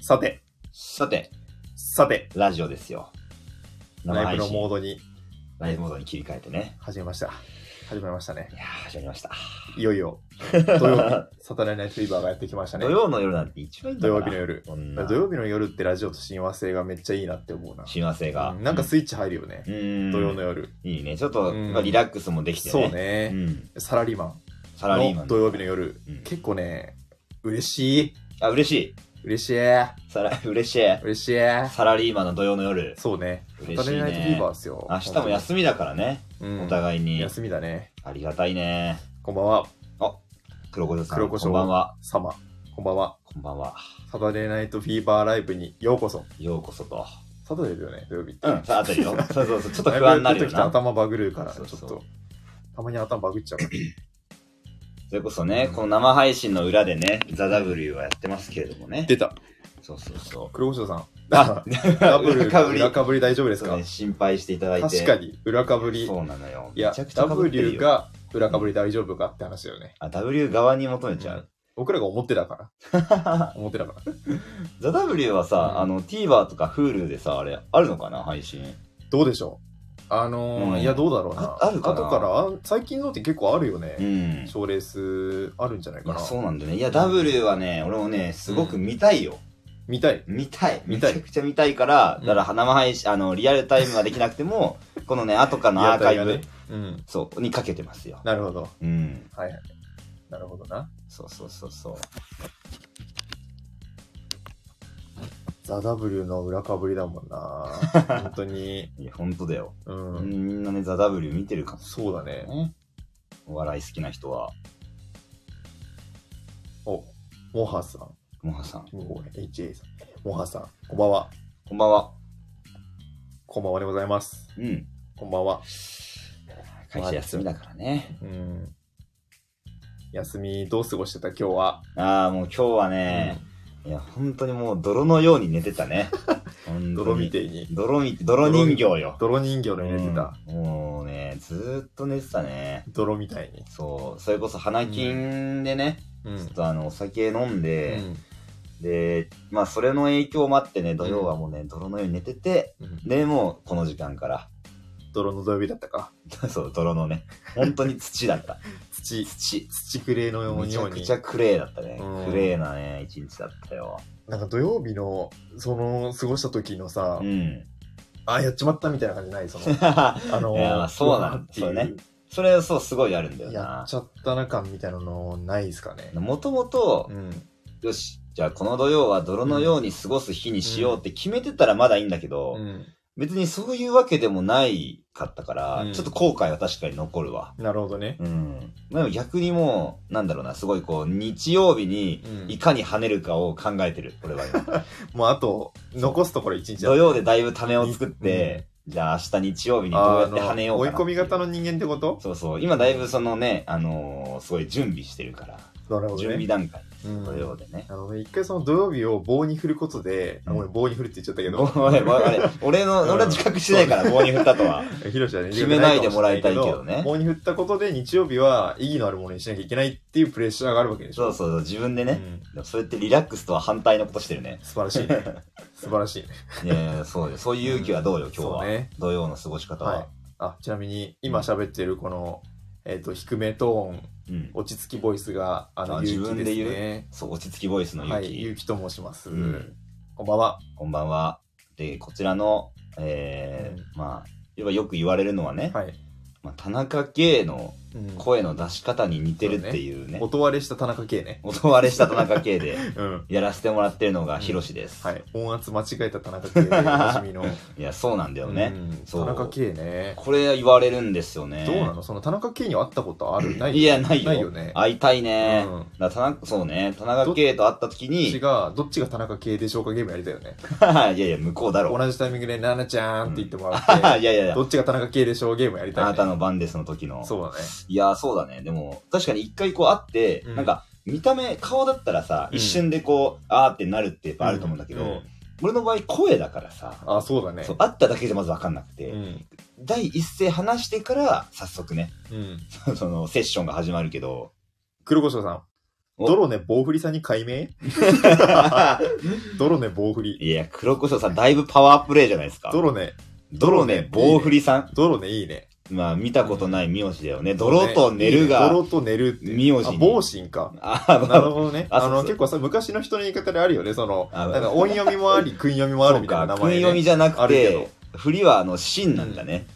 さて、さて、さて、ラジオですよ。生ライ配ブの信、モードにライブモードに切り替えてね。始めました。始めましたねい。やー、始まりました。いよいよ、土曜 日、サタデーナイトフィーバーがやってきましたね。土曜の夜なんて一番いいん土だか曜ら日の夜。こんな土曜日の夜ってラジオと親和性がめっちゃいいなって思うな。親和性が。うんなんかスイッチ入るよねう。ん、土曜のの夜。いいね。ちょっうと、んまあリラックスもできてね。そううね。ん。サラリーマサラリーンマのン。土曜日の夜うん。結構ね、嬉しい。あ、嬉しい。嬉しい。サラ、 嬉しい。嬉しい。サラリーマンの土曜の夜。そうね。嬉サタしいデーナイトフィーね。バーですよ。明日も休みだからね。うんお互いに。休みだね。ありがたいね。こんばんは。黒胡椒さん。黒胡椒こんばんは。サマ。こんばんは。こんばんは。サタデーナイトフィーバーライブにようこそ。ようこそと。サタデーだよね、土曜日って。うん、さあ、あ たりよ。そうそうそう。ちょっと不安になだいるよぶなちょっ。と頭バグるから、ちそょうっそうそうと。たまに頭バグっちゃうから。それこそね、この生配信の裏でね、ザ・ W はやってますけれどもね。出た。そうそうそ黒胡椒さん。あダブル、裏かぶり裏かぶり大丈夫う。ですそうかね、心配していただいて。確かに、裏かぶり。いそうなのよ。やめちゃく、ちゃ被ってる W よ。が裏かぶり大丈夫かって話だよね。あ、W 側に求めちゃう。僕らが思ってたから。 思ってたから。ザ・ W はさ、うんあの、TVer とか Hulu でさ、あれ、あるのかな配信。どうでしょうあのうんー、いや、どうだろうな。ああるかな後からあ、最近のって結構あるようね。ん。賞レースあるんじゃないいかや、な。そうなんだよね。いや、W はね、俺もね、すごく見たいよ。見たい。見たい。見めたちいゃくちゃ見たいから、うんだから生配信、あの、リアルタイムはできなくても、このね、後からのアーカイ屋台ブが、ねうん。そう、にかけてますよ。なるほど。うん。はいはい。なるほどな。そうそうそうそう。ザ・ W の裏かぶりだもん な。本当に。いや、本当だよ。うん。みんなね、ザ・ W 見てるかそうだらね。ね。お笑い好きな人は、お、モハさん。もはさん。もう HA さん。モハさん。こんばんは。こんばんは。こんばんはでございます。うん。こんばんは。会社休みだからね。うん。休み、どう過ごしてた今日は。ああ、もう今日はね、いや、本当にもう泥のように寝てたね。 本当に泥みてえに。泥みて、泥人形よ。泥人形の入れてた。うんもうね、ずーっと寝てたね。泥みたいに。そう、それこそ花金でね、うん。うちょっとあの、お酒飲んで、んで、まあ、それの影響もあってね、土曜はもうね、泥のように寝てて、うんで、もうこの時間から、 泥の土曜日だったか。そう、泥 のね、本当に土だった。土、土。土くれのようめに。ちゃくちゃクレーだったねう。んクレーなね、一日だったよ。なんか土曜日の、その、過ごした時のさう、ん。 あ、やっちまったみたいな感じないその、あのいやまあそうなんうわーっていうそれ、そう、すごいあるんだよやなっ。ちゃったな感みたいなのないですかね。もともとう、ん。よし、じゃあこの土曜は泥のように過ごす日にしようって決めてたらまだいいんだけど、うん別にそういうわけでもないかったから、うんちょっと後悔は確かに残るわ。なるほどね。うん。まあでも逆にもう、なんだろうな、すごいこう、日曜日にうんいかに跳ねるかを考えてる、俺は今。もうあと、残すところ一日だ土曜でだいぶためを作って、じゃあ明日日曜日にどうやって跳ねようか追いなって込み型のいう人間ってことそうそう。今だいぶそのね、あのーすごい準備してるから。なるほ準ど備ね。段階。うん土曜でね。あのね、一回その土曜日を棒に振ることで、うあんごめん棒に振るって言っちゃったけごど、めんごめんごめん 俺の、うん俺は自覚してないから、棒に振ったと は。ヒロシはね、決めないでもらいたいけどね棒に振ったことで日曜日は意義のあるものにしなきゃいけないっていうプレッシャーがあるわけでしそょ。うそうそう、自分でね。うんでもそうやってリラックスとは反対のことしてるね。素晴らしいね。 素晴らしいね。いやいやそうよ。そういう勇気はどうよ、今日そうは。ね。土曜の過ごし方はいは。。あ、ちなみに、今喋ってるこの、えっ、と、低めトーン、うん。落ち着きボイスが、あの、あゆうき自分でです言うね。そう、落ち着きボイスのは勇い、気。ゆうきと申します。うんこんばんは。こんばんは。で、こちらの、えーまあ、要はよく言われるのはね、はい。まあ、田中圭のうん声の出し方に似てるっていうね、音割れした田中圭ね。音割れした田中圭でうん。やらせてもらってるのがうんヒロシです。はい。音圧間違えた田中圭で、おなじみの。いや、 そうなんだよね。うんそ田う中圭ね。これ言われるんですよね。どうなのその田中圭には会ったことあ るないいや、ないよ。ないよね。会いたいね。うんだから田中、そうね、田中圭と会った時どっちに、が、どっちが田中圭でしょうかゲームやりたいよね。 いやいや、向こうだろう。同じタイミングで、ななちゃんって言ってもら いやっいやいて、や、どっちが田中圭でしょうゲームやりあたいなたね。の番ですの時の。そうだね。いや、そうだね。でも、確かに一回こう会って、うんなんか、見た目、顔だったらさ、うん一瞬でこう、あーってなるってやっぱあると思うんだけど、う俺の場合、声だからさ、あ、そうだね。そう会っただけじゃまず分かんなくて、うん。第一声話してから、早速ね、 うん。その、セッションが始まるけど、黒胡椒さん。おドロネ棒振りさんに解 明ドロネ棒振り。いや、黒胡椒さん、だいぶパワープレイじゃないですか。ドロネ、ドロね、棒振りさん。ドロネいいね。まあ、見たことない名字だよね。泥と寝るドがロ、と寝るっていう。名字あ、に。棒神 か。あ、なるほどね。ああそうそうの、結構さ、昔の人の言い方であるよね。その、あなんか音読みも あり、訓読みもあるみたいな名そうか訓前、読みね。じゃなくあるてけ、振りはあの、芯なんだね。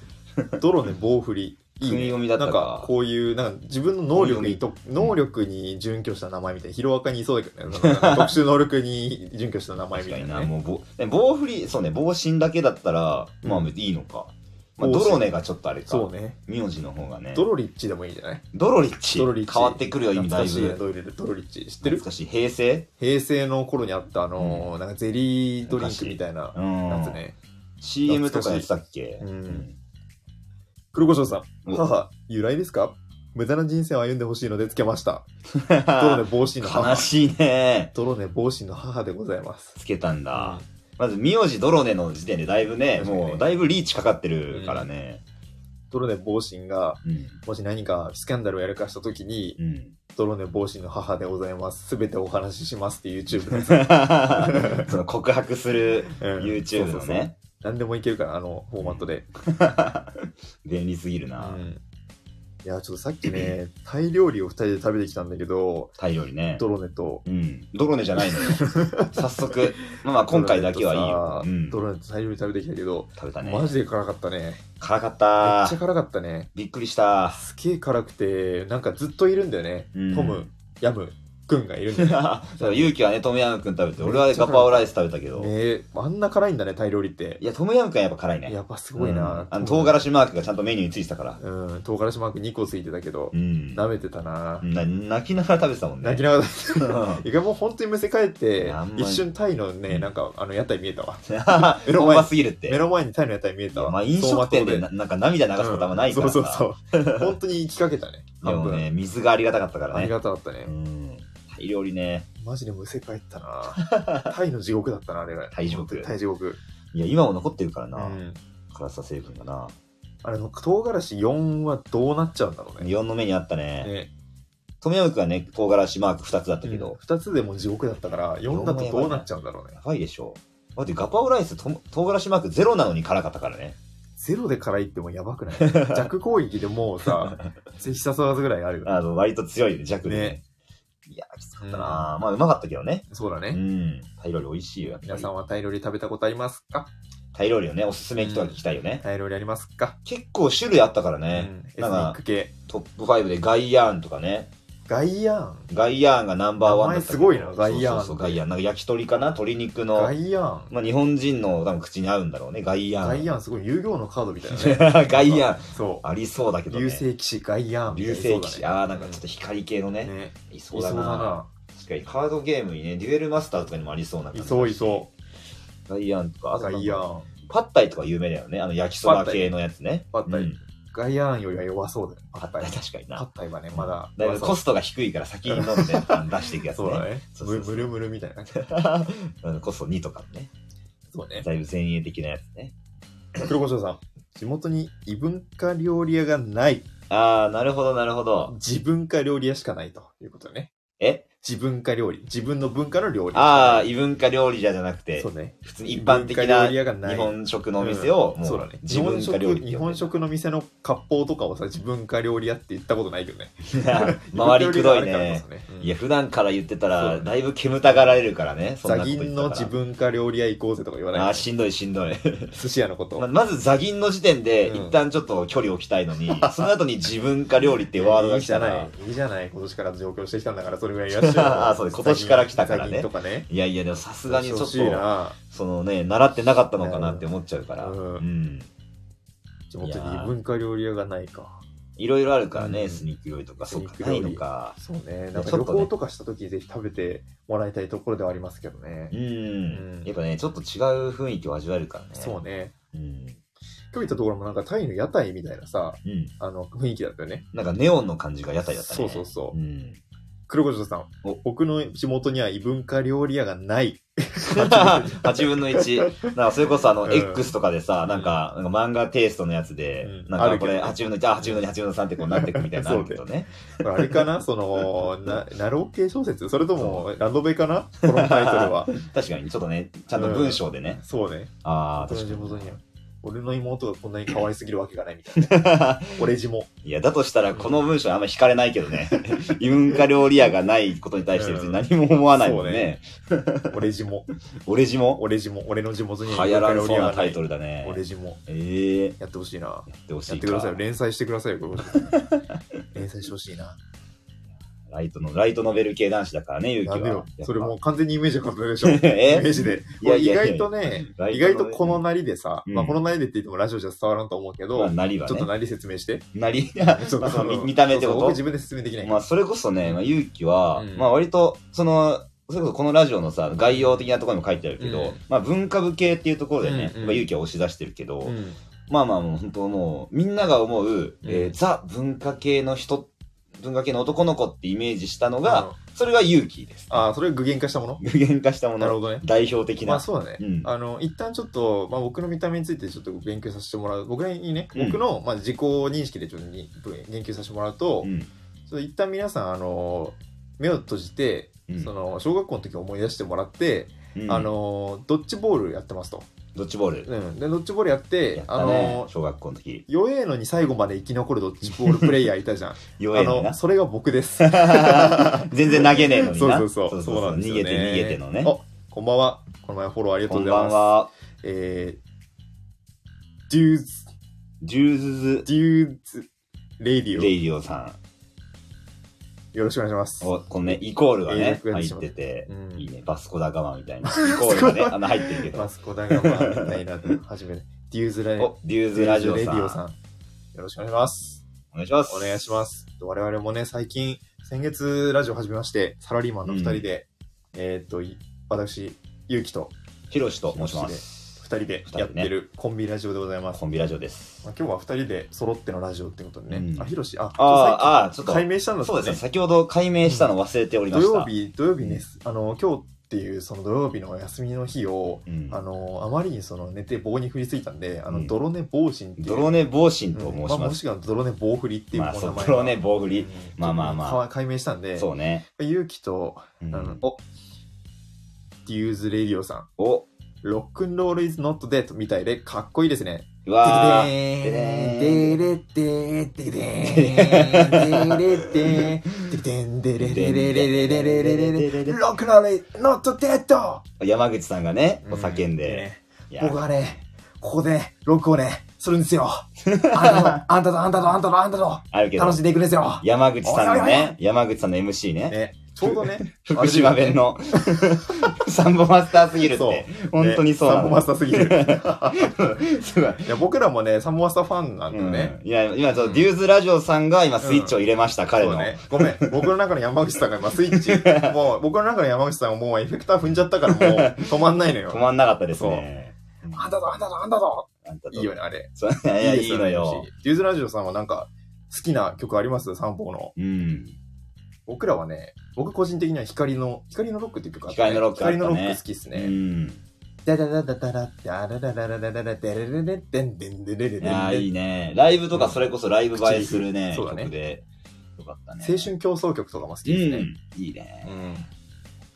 ドロネ棒振り。いい訓ね。読みだなったんかか、。こういう、なんか自分の能力にと、能力に準拠した名前みたいな、ヒロアカにいそうだけどね。そのなんか特殊能力に準拠した名前み確たいな、かにな、ね。もう棒、で棒振り、そうね、棒芯だけだったら、まあうん別にいいのか。まあ、棒ド芯ロネがちょっとあれか。そうね。名字の方がね。ドロリッチでもいいんじゃないドロリッチ。ドロリッチ。変わってくるよ、意味だい懐かしいねぶ。ドロリッチドロリッチ。知って懐るかしい。平成平成の頃にあった、あのーなんかゼリードリンクみたいなうん。やつね。 CM とかやってたっけ懐かしいうん黒胡椒さん。うん母、由来ですか無駄な人生を歩んでほしいのでつけました。泥悲根帽子の母。しいね。泥根帽子の母でございます。つけたんだ。うんまず、名字ドロネの時点でだいぶね、確かにねもうだいぶリーチかかってるからね。泥根帽子が、うん。もし何かスキャンダルをやらかした時に、うん。泥根帽子の母でございます。すべてお話ししますっていう YouTube です。その告白するうん YouTube の。そうそうそうね。何でもいけるから、あのフォーマットで。便利すぎうるな。ん。いや、ちょっとさっき ね、タイ料理を二人で食べてきたんだけど、タイ料理ね。泥根と、うん。ドロネじゃないのよ。 早速。まあまあ、今回だけはいいよ。う泥根んとさ。泥根とタイ料理食べてきたけど、食べたね。マジで辛かったね。辛かっめったちゃ。辛かったね。びっくりした。 すげえ辛くて、なんかずっといるんだよね。うんトム、ヤム、くんがいるんだよね。そう勇気はね、トムヤムくん食べて、俺はガパオライス食べたけど。ねあんな辛いんだね、タイ料理ってい。や、トムヤムくんやっぱ辛いね。やっぱすごいな。うんあの唐辛子マークがちゃんとメニューについてたから。うん、唐辛子マーク2個ついてたけどう、ん。舐めてたな。な泣きながら食べてたもんね。泣きながら食べてた。うん一回もう本当に店帰ってあんま、り一瞬タイのうね、んなんかあの屋台見えたわ。目の前本場すぎるって。目の前にタイの屋台見えたわ。まあ飲食店でななんか涙流走馬灯すことあんまないからうんそさ。うそうそう。 本当に行きかけたね。で半も分。ね、水がありがたかったからありね。がたかったねう。ん。タイ料理ね。マジでむせ帰ったな。 タイの地獄だったな、あれが。タイ地獄タイ地獄。いや、今も残ってるからな。うん辛さ成分がな。あれの唐辛子4はどうなっちゃうんだろうね。日本の目にあったね。ねトムヤムくんはね、唐辛子マーク2つだったけど。 2つでも地獄だったから、4だとどうなっちゃうんだろうね。やばいでしょ。だってガパオライス、と唐辛子マークゼロなのに辛かったからね。ゼロで辛いってもうやばく ない弱攻撃でもうさ、必殺技ぐらいあるよね。あの、割と強いね、弱でね。ねいや、きつかったな、まあ、うまかったけどね。そうだうね。ん。タイ料理美味しいよ、やっぱり皆さんはタイ料理食べたことありますかタイ料理をね、おすすめ人は聞きたいよね。タイ料理ありますか、結構種類あったからうん、ね。エスニック系。トップ5でガイヤーンとかね。ガイアン。ガイヤーンがナンバーワンだったけど名前すごいなガイヤーンそうそうそう、ガイヤーン。なんか焼き鳥かな鶏肉の。ガイアン。まあ、日本人の多分口に合うんだろうね。ガイヤーン。ガイアンすごい遊戯王のカードみたいなね。 ガイヤーン。そありそうだけう。どね。流星騎士ガイアンみたい流な。星騎士。ああ、なんかちょっとと光系のね。ね。いそいうだそうだな。な。確かにカードゲームにね、デュエルマスターとかにもありそうな感いじ。。そういそうガイヤーンとか、あう。となガんかイアン。パッタイとか有名だよね。あの焼きそば系のやつね。パッタイうんガイアンよりは弱そうだよ。パパッッタタイイ。確かにパッな。タイはね、まだ。だいまぶあコストが低いから先に飲んであの出していくやつそうだね。ね。そうそうむそうむるむるみたいな。 うんコスト2とかのね。そうね。だいぶ前衛的なやつね。黒胡椒さん、地元に異文化料理屋がない。ああ、なるほど、なるほど。自分化料理屋しかないということね。え自分化料理。自分の文化の料理。ああ、異文化料理じゃじゃなくてそ、うね。普通に一般的な日屋がな本食のお店を、うんもそううだね。自分化料理って日呼ん本でる。食の店の割烹とかをさ、自分化料理屋って言ったことないけどね。 自分化料理屋があるからこ周りくどいねそ。ね。うんいや、普段から言ってたら、そうだいぶ煙たがられるからね。そんなザこギと言ンってたらの自分化料理屋行こうぜとか言わあなあ、い。しんどいしんどい。寿司屋のこと。ままず、ザギンの時点で、うん一旦ちょっと距離を置きたいのに、 その後に自分化料理ってワードが来たら、いいじゃない。いいじゃない。今年から上京してきたんだから、それぐらいいらっしゃ あそうです今年から来たからね最 近とかね。いやいや、でもさすがにちょっ欲しいと、な。そのね、習ってなかったのかなって思っちゃうから、う。うんん地元いやに異文化料理屋がないか。いろいろあるからね、うんスニーク料理とか、スそうニかー、クな料い理のか。そうね。なんちか旅ょっとね行とかした時、ぜひ食べてもらいたいところではありますけどねうん。。うんやっぱね、ちょっと違う雰囲気を味わえるからね。そうね。うん。今日行ったところもなんかタイの屋台みたいなさ、うん。あの、雰囲気だったよね。なんかネオンの感じが屋台だったね。 そうそうそううん。黒子城さんお、僕の地元には異文化料理屋がない。 8分の1。だからそれこそあの、うん X とかでさ、なんか、なんか漫画テイストのやつで、うんなんあかるこけどれね8分の1、あ、8分の2、8分の3ってこうなってくみたいなのある けどね。あれか なその、な、ナロー系小説それとも、ラノベかなこのタイトルは。確かに、ちょっと ね、ちゃんと文章でね。そうね。ああ、僕確のか地に。元には。俺の妹がこんなに可愛すぎるわけがないみたいな。 俺地も。いや、だとしたら、この文章あんま惹かれないけ どね。異文化料理屋がないことに対して別に何も思わないもんね。俺地も。俺地も俺地も。俺の地元に流は行らんそうながなタイいト。ルだね。俺地も。ええやってほしいな。やってほしやっいてくだかさいよ。。連載してくださいよ、黒子城さ ん連載してほしいな。ライトの、ライトノベル系男子だからね、ゆうきやは。めやろっ。ぱそれもう完全にイメージが変わったでしょ。イ えメージで。いやいやいや意外とね、ライトの意外とこのなりでさ、うんまあこのなりでって言ってもラジオじゃ伝わらんと思うけど、まあ、なりはちょっとね。なり説明して。な り。ちょっとまあそのあの見た目ってこそうそとう僕自分で説明できない。まあ、それこそね、まあ、ゆうきは、うんまあ、割と、その、それこそこのラジオのさ、概要的なところにも書いてあるけど、うんまあ、文化部系っていうところでね、うんうんまあ、ゆうきは押し出してるけど、うんまあまあもう本当もう、みんなが思う、えーザ文化系の人、文化系の男の子ってイメージしたのが、うんそれが勇気です。あー、それを具現化したもの具現化したもなるの、ほどね。代表的まあな。そうだね。うんあの、一旦ちょっと、まあ僕の見た目についてちょっと勉強させてもらう。僕にね、うん僕の、まあ、自己認識でちょっとに言及させてもらうと、うんちょっと一旦皆さん、あの、目を閉じて、うんその、小学校の時思い出してもらって、うんあ、の、ドッジボールやってますと。ドッジボール。うん、でドッジボールやってやっあたねの。小学校の時。弱えのに最後まで生き残るドッジボールプレイヤーいたじゃん弱あえのにのな。それが僕です 全然投げねえのにそうな。そうそうそうそうそう。なんです逃よげねて逃げてのね。あこんばんはこの前フォローありがとうこんございばまんすは。えー、デューズジューズズデューズレディオレイディオさよろしくお願いしますん。おこのね、イコールがね、英語入やってしっまうててう、んいいね。バスコダガマみたいな。イコールがね、あの、入ってるけどマ。スコダガマないなと初めてデューズライお、デューズラジオさん。んよろしくお願いしますお願いします。お願いします我々もね最近先月ラジオ始めましてサラリーマンの2人で、えーっとい私ゆうきとひろしと申します。 2人でやってるコンビラジオでございます、コンビラジオです。まあ、今日は2人で揃ってのラジオってことでね、うんあひろしあああ、ああ、ちょっと。解明したんだそうですね。ね先ほど解明したの忘れておりま土した。曜日土曜日ね、あの今日っていうその土曜日のお休みの日をうんあのあまりにその寝て棒に振りすぎたんであうのん泥根棒神っていう、泥根防神とう申んしまあ、まもす。しくは泥根棒振りっていうまあ、そう、お名前が泥根防振うりん。まあまあまかあ解明したんでそうね。勇気とうあんの、おデューズ・レディオさん、お、ロックンロール・イズ・ノット・デッドみたいでかっこいいですね。うでわー。ーんでれでーでれでーでれでーでれでーでれでーでれでーでれでーロックンロール・イズ・ノット・デッド山口さんがね、お叫んで。。いねや僕はね、ここでねロックをね、するんですよ。あのあんたとあんたとあんたとあんたとあるけど楽し、んでいくんですよ。山口さんのおいおいおね、山口さんの MC ね、ね、ちょうどね、福島弁の サンボマスターすぎるっそうて、本当にそうサなンボマのス。ターすぎる。すごい。いや僕らもね、サンボマスターファンなんだよね。うんいや、今、ちょっとデューズラジオさんが今スイッチを入れました、彼そうの。ね、ごめん、僕の中の山口さんが今スイッチ、もう僕の中の山口さんはもうエフェクター踏んじゃったからもう止まんないのよ。止まんなかったですね。あんたぞあんたぞあんたぞあんたといいよね、あれ。そういや、いですいのよ。。デューズラジオさんはなんか好きな曲ありますサンボの。うん。僕らはね、僕個人的には光の、光のロックっていう曲あった、ね。光のロックあったね光のロック好きっすうね。ん。ダダダダダダダダダダダダダダデレレレデンデンデレレレいレやー、いンいね。ライブとか、それこそライブ映えするね、そうだね曲で。よかったね。青春競争曲とかも好きですね。うん。いいね。うん。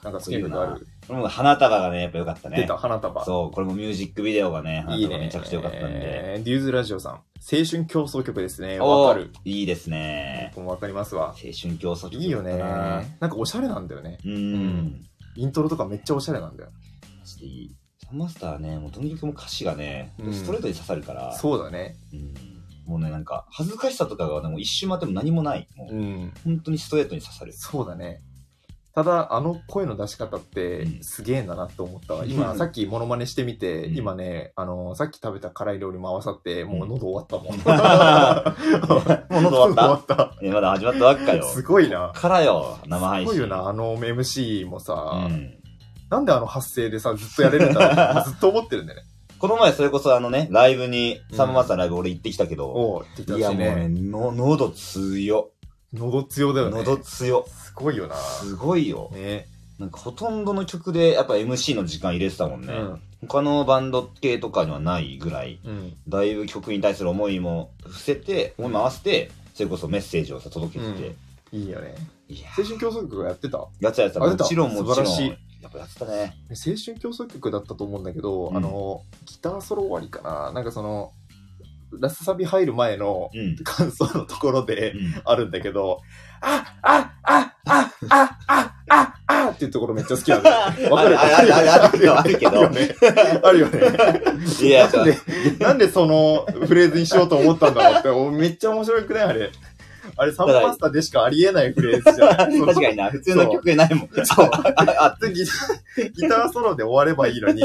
なんか好きな曲ある。これも花束がね、やっぱよかった出ね。た、花束。そう、これもミュージックビデオがね、花いい束ね。めちゃくちゃよかったんで。えーデューズラジオさん。青春競争曲ですね。おーわかる。いいですね。僕もわかりますわ青。春競争曲いいよね。だったななんかおしゃれなんだよね。うん。イントロとかめっちゃおしゃれなんだよ。マジでいい。サンマスターはね、もうとにかくもう歌詞がね、うんストレートに刺さるから、そうだね。うんもうね、なんか、恥ずかしさとかが、ね、もう一瞬待っても何もない。もう、うん。本当にストレートに刺さる。そうだね。ただ、あの声の出し方ってうんすげえんだなと思 ったわ。う今、んさっきモノマネしてみて、うん今ね、あの、さっき食べた辛い料理も合わさって、もう喉終わったもん。もう喉終わっった。終わた。ね、まだ始まったばっかよっ。た。すごいな。からよ、生配す信。ごいよな、あの MC もさう、んなんであの発声でさ、ずっとやれるんだ ろうずっと思ってるんだよね。この前、それこそあのね、ライブに、うんサンマスターのライブ俺行ってきたけど、おうって言っていやほしもいうねね、。の喉強っ。喉強だよね。喉強。すごいよな。すごいよ。ね。なんかほとんどの曲でやっぱ MC の時間入れてたもんうね。ん。他のバンド系とかにはないぐらい、うん。だいぶ曲に対する思いも伏せて、思いも合わせて、それこそメッセージをさ届けてて。いいよね。いやー、青春競争曲やってた青やつやつあも出たちろんもちろ素ん晴ら。やっぱやってたね。春競争曲だったと思うんだけど、うんあの、ギターソロ終わりかな。なんかその、ラスサビ入る前のうん。感想のところで、うんあるんだけど、あ、あ、あ、あ、あ、あ、あ、あっていうところめっちゃ好きなんだ よ。わかるあるあるあるあるけど あるよね。あるよね。いや、やっなぱんで、なんでそのフレーズにしようと思ったんだろう って、おめっちゃ面白くないあれ。あれ、サンパスタでしかありえないフレーズじゃん。 確かにな、普通の曲でないもん。そう。ああ、でギターギターソロで終わればいいの に、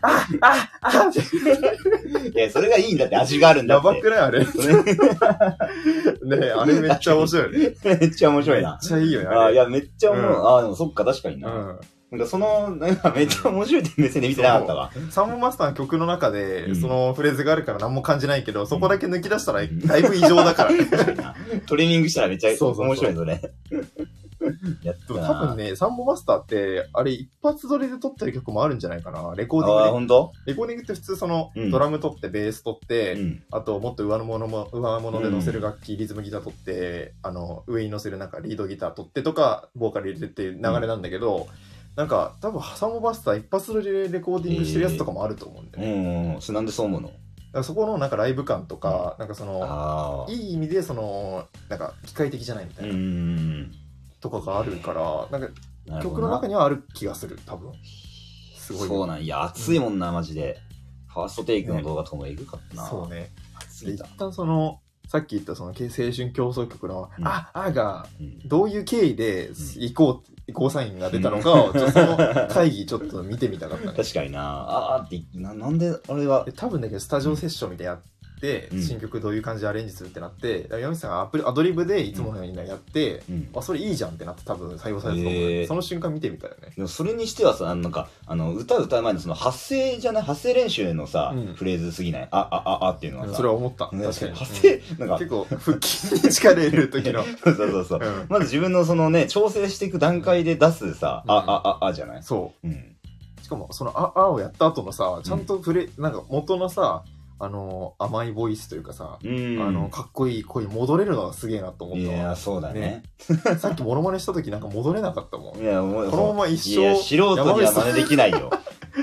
あ、あ、あって、いや、それがいいんだって、味があるんだやって。ばくないあれ。ねそれあれめっちゃ面白いよね。めっちゃ面白いめっな。ちゃいいよね。ああいれや、めっちゃ思う。うんあでもそっか、確かにな。うん。なんか、その、なんか、めっちゃ面白いって目線で見てなかったわ。サンボマスターの曲の中で、うんそのフレーズがあるから何も感じないけど、そこだけ抜き出したらだいぶ異常だ から。で確かになトリミングしたらめっちゃ面そうそうそう白い ぞね。やったもな。多分ね、サンボマスターって、あれ一発撮りで撮ってる曲もあるんじゃないかな。レコーディンああ、グで。ほんとレコーディングって普通その、うんドラム撮って、ベース撮って、うん。あともっと上物も、上物で乗せる楽器、リズムギター撮って、あの、上に乗せるなんかリードギター撮ってとか、ボーカル入れてっていう流れなんだけど、なんか多分サンボマスター一発撮りでレコーディングしてるやつとかもあると思うんだうよね。んうん。それなんでそう思うのだからそこのなんかライブ感とか、なんかその、ああ。いい意味でそのなんか機械的じゃないみたういんな、うんうん。とかがあるからなんなかるほ曲どのな中にはある気がする多分すごいそうなんいや、熱いもんな、マジで。ファーストテイクの動画とかもえぐかったな。そうね熱すでぎ一た。旦そのさっき言ったその青春競争曲の「うんああ」がうんどういう経緯で移行移行サインが出たのかを、ちょっとその会議ちょっと見てみたかったね確かにな。ああって、ななんで、あれはで。多分だけどスタジオセッションみたいなのやって、うん新曲どういう感じでアレンジするってなってだから山口さんがアプリアドリブでいつものようにやって、うん。あそれいいじゃんってなって多分採用されたと思う、へーその瞬間見てみたよねでもそれにしてはさ、あのなんか、あの、歌歌う前のその発声じゃない発声練習のさ、うんフレーズすぎないあ、あ、あ、あっていうのはさ、それは思った。ね確かに。発声、なんか結、構、腹筋に力入れる時の。 そうそうそう。まず自分のそのね、調整していく段階で出すさ、うんあ、あ、あ、あじゃないそうん。う。しかも、その、あ、あをやった後のさ、ちゃんと触れ、なんか元のさ、あの、甘いボイスというかさ、うん。あの、かっこいい声に戻れるのがすげえなと思いったや、わそうだねね。さっきモノマネした時なんか戻れなかったもんい。や、もう、このまま一い生や、素人には山口さん真似できないよ。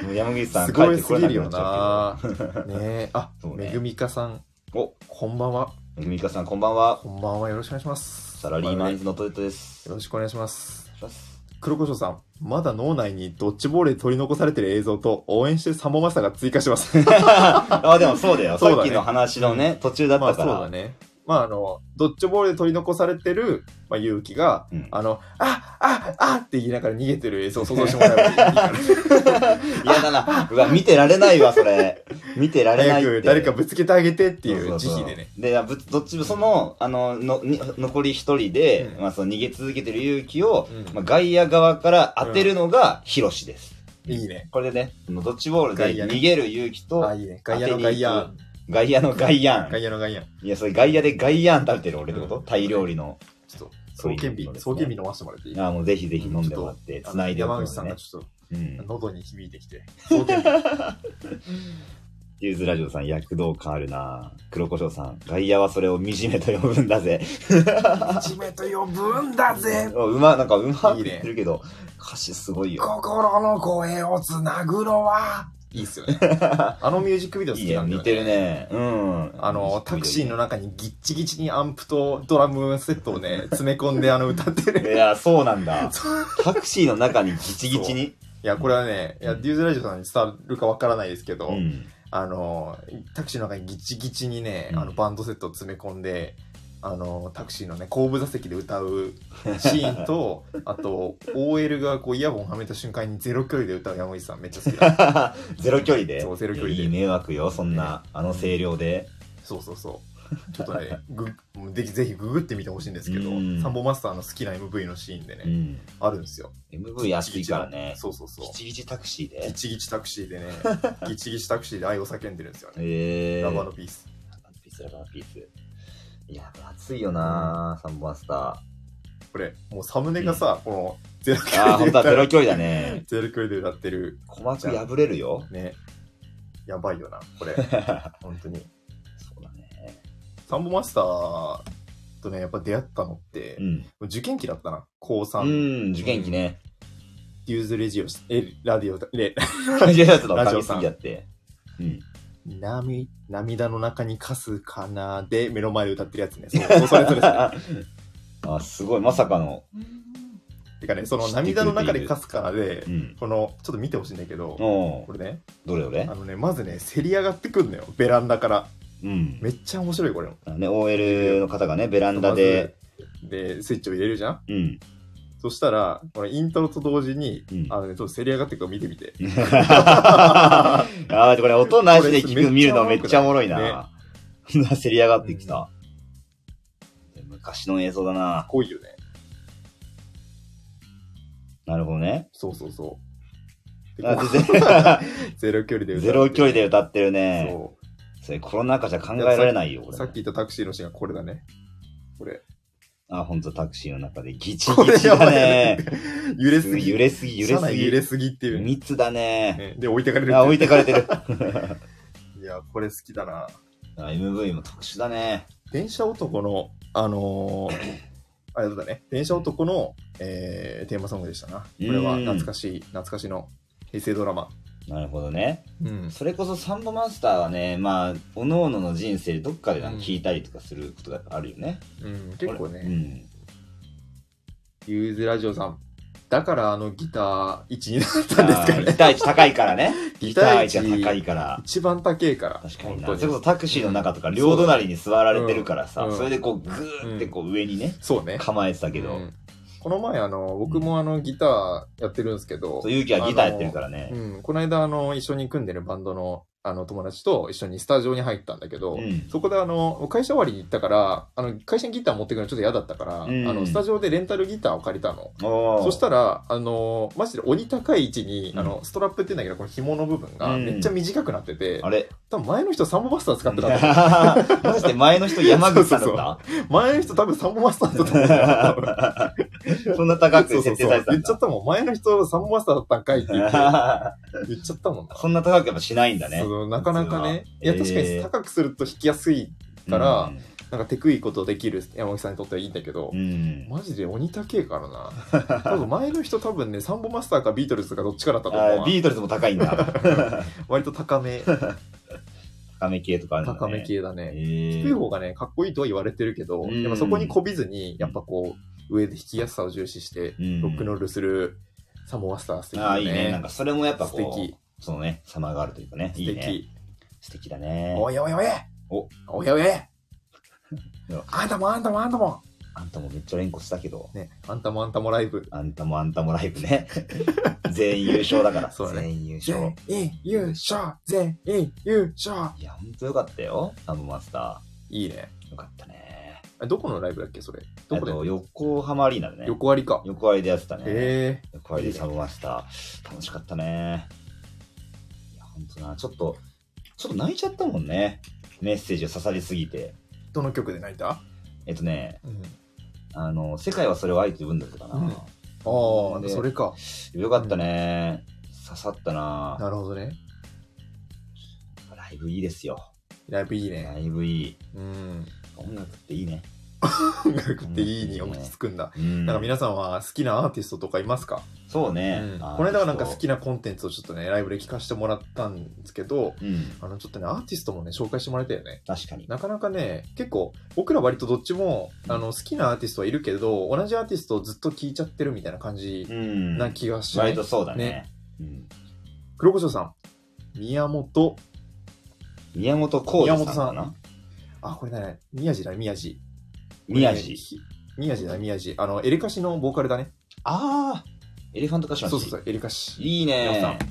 もう山口さんす帰ごっいてすこれぎなるくなよっちゃなねえ。あそう、ねめぐみかさん、うけど。こんばんは。お、みかさんこんばんは。こんばんは。よろしくお願いします。サラリーマンズのトヨトです。よろしくお願いします。お願いします黒胡椒さん、まだ脳内にドッジボールで取り残されてる映像と応援してるサンボマスターが追加します。 あ、でもそうだよ。そうださっねきの話のね、途中だっまあそたかうら。だね。まああの、ドッジボールで取り残されてる、まあ勇気が、うんあの、あ、あ、あって言いながら逃げてる映像を想像してもらえばいい から。嫌だな。うわ、見てられないわ、それ。見てられない早って。く誰かぶつけてあげてっていそう慈うそうそう悲でね。。で、ぶどっちもその、あの、の、に残り一人で、うんまあその逃げ続けてる勇気を、うんまあ外野側から当てるのが、ヒロシです。いいね。これでね、そのドッジボールで外野ね逃げる勇気あ、と、いいね。外野の外野。外野の外野外野の外野。ちいや、それ外野で外野食べてる俺ってこと、うんタイ料理の。ょっと、総研そういうので日、すね総研日飲ませてもらっていいああ、もうぜひぜひ飲んでもらって、あのつないでおく山の口さんねが。ちょっうんと、。喉に響いてき て。総研日。ユーズラジオさん、躍動感あるな黒胡椒さん、外野はそれを惨めと呼ぶんだぜ。いじめと呼ぶんだぜあうま、なんかうまく言ってるけど、歌詞すごいよ。心の声をつなぐのはいいっすよね。あのミュージックビデオ好いいきなね、んだよ、ね。似てるね。うん。あの、タクシーの中にギッチギチにアンプとドラムセットを ね、詰め込んであの歌ってる。いや、そうなん だ。そうタクシーの中にギチギチに。いや、これはね、いや、デューズラジオさんに伝わるかわからないですけど、うん。 あの、タクシーの中にギチギチにね、うんあのバンドセットを詰め込んで、あの、タクシーのね、後部座席で歌うシーン と、あと、OL がこうイヤホンはめた瞬間にゼロ距離で歌う山口さんめっちゃ好き だ。ゼロ距離で。そうゼロ距離でいやいい迷惑よ、そんな、あの声量で。そうそうそう。ちょっとね、ぐぜひぜひググってみてほしいんですけど、うんサンボマスターの好きな MV のシーンでね、うん。あるんですよ。 MV 安いからね。そうそうそうギ。チギチタクシギーで。チギチタクシー でね、ギチギチタクシーで愛を叫んでるんですよね。えー。ラバーのピース。ラバーのピース、ラバーのピース。いや、これ熱いよなサンボマスタこれ、もうサムネがさ、このゼロ距ー。ああ、離ほでんと歌っはてゼロる。距離だ ね。ゼロ距離で歌ってる。鼓膜破れるよ。ね。やばいよな、こ れ。本当に。そうだね。サンボマスターとね、やっぱ出会ったのって、うもん。う受験期だったな。高う3、ん、受験期ね。デューズレジオス、え、ラディオ、レ、感じのやつのラジ噛オみすさんぎやって。 うん。涙涙の中にかすかなで目の前で歌ってるやつね。そうそれそ れそれ。あ、すごい、まさかの。てかね、その涙の中でかすかなでう、ん。この、ちょっと見てほしいんだけど、おこうれね、どれどあれのね、まずね、せり上がってくんのよ、ベランダから。うん。めっちゃ面白い、これも。ね、OL の方がね、ベランダで、まず。で、スイッチを入れるじゃんうん。そしたら、このイントロと同時に、うんあのね、ちょっとせり上がってくの見て みて。ああ、これ音なしで聞く、見るのめっちゃおもろいな。 そんなせり上がってきた。昔の映像だな。濃いよね。なるほどね。そうそうそう。であこ全う ゼロ距離で歌ってゼロ距離で歌ってるね。そそれコロナ禍じゃ考えられないよ、こう。れさっき言ったタクシーのシーンがこれだ ね。これ。あ、ほんとタクシーの中でギチこれギチやばだいね ね。。揺れすぎ。揺れすぎ、揺れ車す内揺ぎ。れすぎっていうね。密 だね。ねで、置いてかれるあ、置いてかかれ てる。あいや、これ好きだな。 MV も特殊だね。電車男の、あのーあれだね。電車男の、えーテーマソングでしたな。これはうん懐かしい、懐かしの平成ドラマ。なるほどね。うん。それこそサンボマスターはね、まあ、おのおのの人生でどっかでなんか聞いたりとかすることがあるよね。結構うね、ん。ユーズラジオさん。だからあのギター1になったんですかあーギね。ター位置高いからね。ギギタター位ー置一が高いから。一番高えから。確かにな。そ本れこ当そに。タクシーの中とか両隣に座られてるからさ、うんうんそれでこうグーってこう上にね、そうね。構えてたけど、うんこの前あの、僕もあのギターやってるんですけど。そう、ゆうきはギターやってるからね。うん、この間あの一緒に組んでるバンドのあの友達と一緒にスタジオに入ったんだけど、うん。そこであの会社終わりに行ったからあの会社にギター持ってくるのちょっと嫌だったから、うんあのスタジオでレンタルギターを借りたの。おーそしたら、あのマジで鬼高い位置に、うんあのストラップって言うんだけどこの紐の部分がうんめっちゃ短くなってて、あれ多分前の人サンボマスター使ってたと思う もしかして前の人山口さんだった 前の人多分サンボマスターだったと思うんだよ多分 そんな 高く設定されてた言っんちゃだ。ったもん前の人サンボマスターだったんかいって言 って言っちゃったもんなそんな高くやっぱしないんだね。そのなかなかねい普や確通はかえにー高くすると弾きやすいから、なんかテクいことできる山口さんにとってはいいんだけど、うん、うん。マジで鬼高えからな 多分前の人多分ねサンボマスターかビートルズかどっちかだったと思うあわビートルズも高い んだ。割と高め高め系とかあるんだ、ね。高め系だえねー。低い方がねかっこいいとは言われてるけど、うんでもそこにこびずにやっぱこう上で弾きやすさを重視してうんロックンロールするサンボマスター素敵あだあ、ねいいね。なんかそれもやっぱこう、素敵そのね、様があるというかね。素い敵いね。素敵だね。おいおいおいおおいおい おいやあんたもあんたもあんたもあんたもめっちゃ連呼したけど、ねあんたもあんたもライブあんたもあんたもライブね。 全員優勝だから。そうだね全員優勝全。員優勝全員優勝いや、ほんとよかったよ。サムマスタいいね。ー。よかったね。あどこのライブだっけそれ。あどこでと、横浜アリーナでね。横割りか。横割りでやってたね。へえ。横割りでサムマスター。楽しかったね。いや、ほんとな。ちょっと、ちょっと泣いちゃったもんね。メッセージを刺さりすぎて。どの曲で泣いたえっとね、うん。あの、世界はそれを愛と呼ぶんだったかな。うんあであ、それか。よかったね。刺さったな。なるほどね。ライブいいですよ。ライブいいね。ライブいい。うん。音楽っていいね。音楽っていいに落ち着くんだ。うんなんか皆さんは好きなアーティストとかいますか、そうね。うんあーこの間はなんか好。きなコンテンツをちょっとね、ライブで聞かせてもらったんですけど、うん。あの、ちょっとね、アーティストもね、紹介してもらいたいよね。確かに。なかなかね、結構、僕ら割とどっちも、あの、好きなアーティストはいるけど、同じアーティストをずっと聴いちゃってるみたいな感じうん。な気がしない、割とそうだね。ねうん、黒胡椒さん。宮本。宮本浩二さんか宮なあ、これね、宮地だね、宮地。宮これね地。ひ宮地だね、宮地。あの、エレカシのボーカルだね。ああエレファントカシマシ。そうそうそう、エレカシ。いいね宮本さん。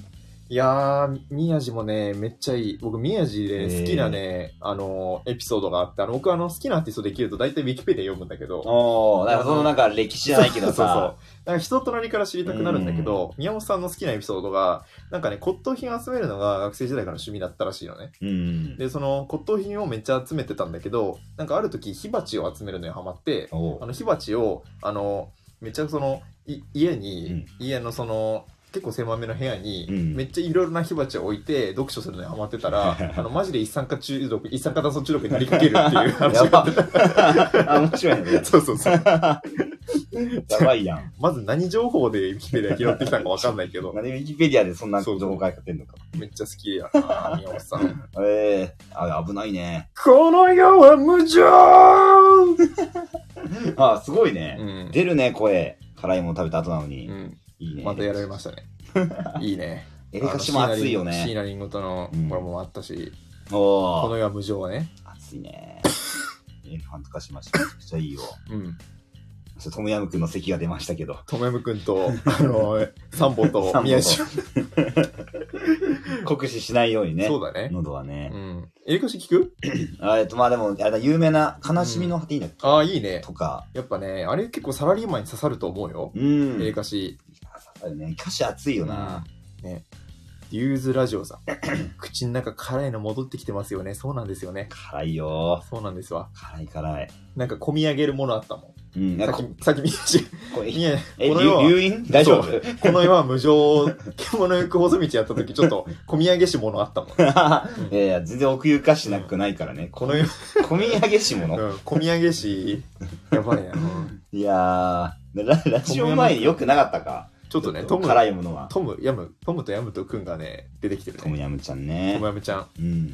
いやー、宮地もね、めっちゃいい。僕、宮地で好きなね、あの、エピソードがあって、あの、僕、あの、好きなアーティストできると大体ウィキペディア読むんだけど、おー、なんかそのなんか歴史じゃないけどそうそうさ。そうなんか人となりから知りたくなるんだけど、宮本さんの好きなエピソードが、なんかね、骨董品集めるのが学生時代からの趣味だったらしいのね。うん。で、その骨董品をめっちゃ集めてたんだけど、なんかある時、火鉢を集めるのにハマって、おあの火鉢を、あの、めっちゃその、い家に、家のその、結構狭めの部屋に、うんめっちゃいろいろな火鉢を置いて読書するのにハマってたらあのマジで一酸化中毒一酸化炭素中毒になりかける っていう話がやば。 あ、面白い ね。そうそうそうやばいやん。まず何情報でウィキペディア拾ってきたのかわかんないけどなんでウィキペディアでそんな情報書いてんのか。めっちゃ好きやな、宮本さ ん。ええあ、危ないね。この世は無情あ、すごいね。うん。出るね、声。辛いもの食べた後なのに。うん、いいね。またやられましたね。いい ね。エレカシも熱いよあのシーね。ナリングとのうんコラボもあったし、こおのー、世は無情はね。熱いね。 エレファントカシマシ、めちゃくちゃいいよ。うん。そしてトムヤムくんの席が出ましたけど。とめむくんと、あの、サンボと宮サ下。酷使しないようにね。そうだね。喉はねう。ん。エリコシ聞くあえっと、まあでも、あれだ、有名な、悲しみの果てにだっけ、ああ、いいね。とか。やっぱね、あれ結構サラリーマンに刺さると思うよ。うん。エリカシ。あれね、歌詞熱いよな。ね。リューズラジオさん。 口の中辛いの戻ってきてますよね。そうなんですよね。辛いよ。そうなんですわ。辛い辛い。なんか込み上げるものあったもん。うん。なんさっかこき、さっき見これ、や、え、この世は留飲大丈そ夫うこの世は無情、獣行く細道やった時、ちょっと、込み上 げし者あったもん。いやいや、全然奥ゆかしなくないからね。ここのの、世、込み上げしう 者。ん、込み上げし、やばいな。う んいやー、ララジオ前に良くなかったか。ちょっとね、トム、辛いものは。トム、ヤム、トムとヤムとくんがね、出てきてるトムね。ヤムちゃんトねム。ヤムちゃん。うん。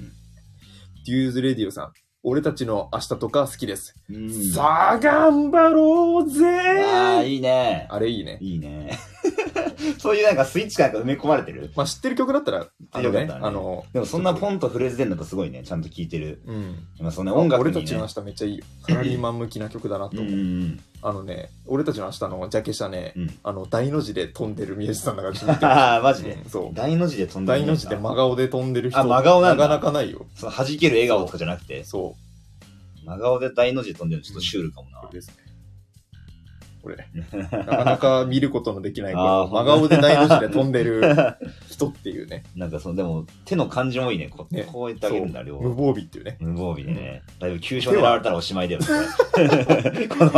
デューズレディオさん。俺たちの明日とか好きです。うんさあ、頑張ろうあー、ぜいいね。あれいいね。いいね。 そういうなんかスイッチかなんか埋め込まれてる。まあ、知ってる曲だったら、あのよね、かったねあの、でもそんなポンとフレーズ出んだとすごいね。ちゃんと聴いてる。うん。まあそんな音楽に、ね。俺たちの明日めっちゃいいよ。サラリーマン向きな曲だなとう思う。ん。あのね、俺たちの明日のジャケ写ね、うんあの、大の字で飛んでる 宮地さんだからちょっとああ、マジで。うんそう。大の字で飛んで大の字で真顔で飛んでる人、あ真顔なんだかなかないよ。その弾ける笑顔とかじゃなくて、そ真顔で大の字で飛んでるのちょっとシュールかもう。こなれ。ですね。こ れ。なかなか見ることのできない、このあー真顔で大の字で飛んで る人っていうね、なんかその、でも、手の感じもいいね。こうねこうやってあげるんだ、両無方。防備っていうね。無防備でね。だいぶ急所狙われたらおしまいだよね。この、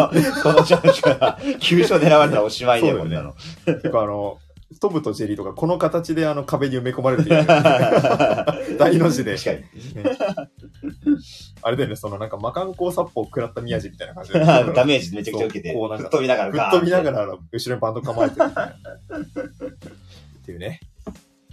このジャンプが、急所狙われたらおしまいだよ、そこうんだなよの。結構あの、トムとジェリーとか、この形であの壁に埋め込まれてい る。大の字で。確かに。あれだよね、そのなんか魔漢光殺法を食らった 宮地みたいな感じで。ダメージめちゃくちゃ受けて、そうこうなんか吹っ飛びながらぶっガーン飛びながらあの後ろにバンド構えてるみたいな。っていうね。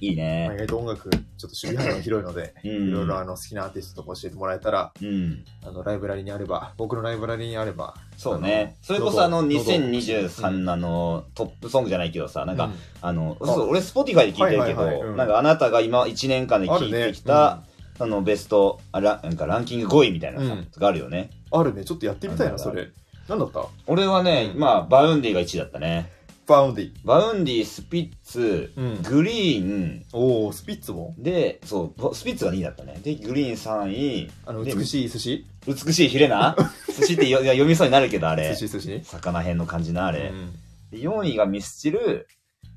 いいまねあ。意外と音楽、ちょっと守備範囲が広いので、うんいろいろあの好きなアーティストとか教えてもらえたら、うん。あのライブラリにあれば、僕のライブラリにあれば、そうね。それこそあの、2023のあのトップソングじゃないけどさ、なんか、あの、そうそう、俺、Spotify で聞いてるけど、はいはいはいうんなんかあなたが今1年間であ聞るいねてきた、そのベストあラ、なんかランキング5位みたいなさ、うんとかあるよね。あるね、ちょっとやってみたいあな、るあそるれ。なんだった俺はね、うんまあ、バウンディが1位だったね。バウンディ。バウンディ、スピッツ、うん。グリーン、おー、スピッツもで、そう、スピッツが2位だったね。で、グリーン3位、あの、で美しい寿司美しいヒ レな寿司ってよいや読みそうになるけど、あ寿れ。司寿司魚編の感じな、ああれう。んで4位がミスチル、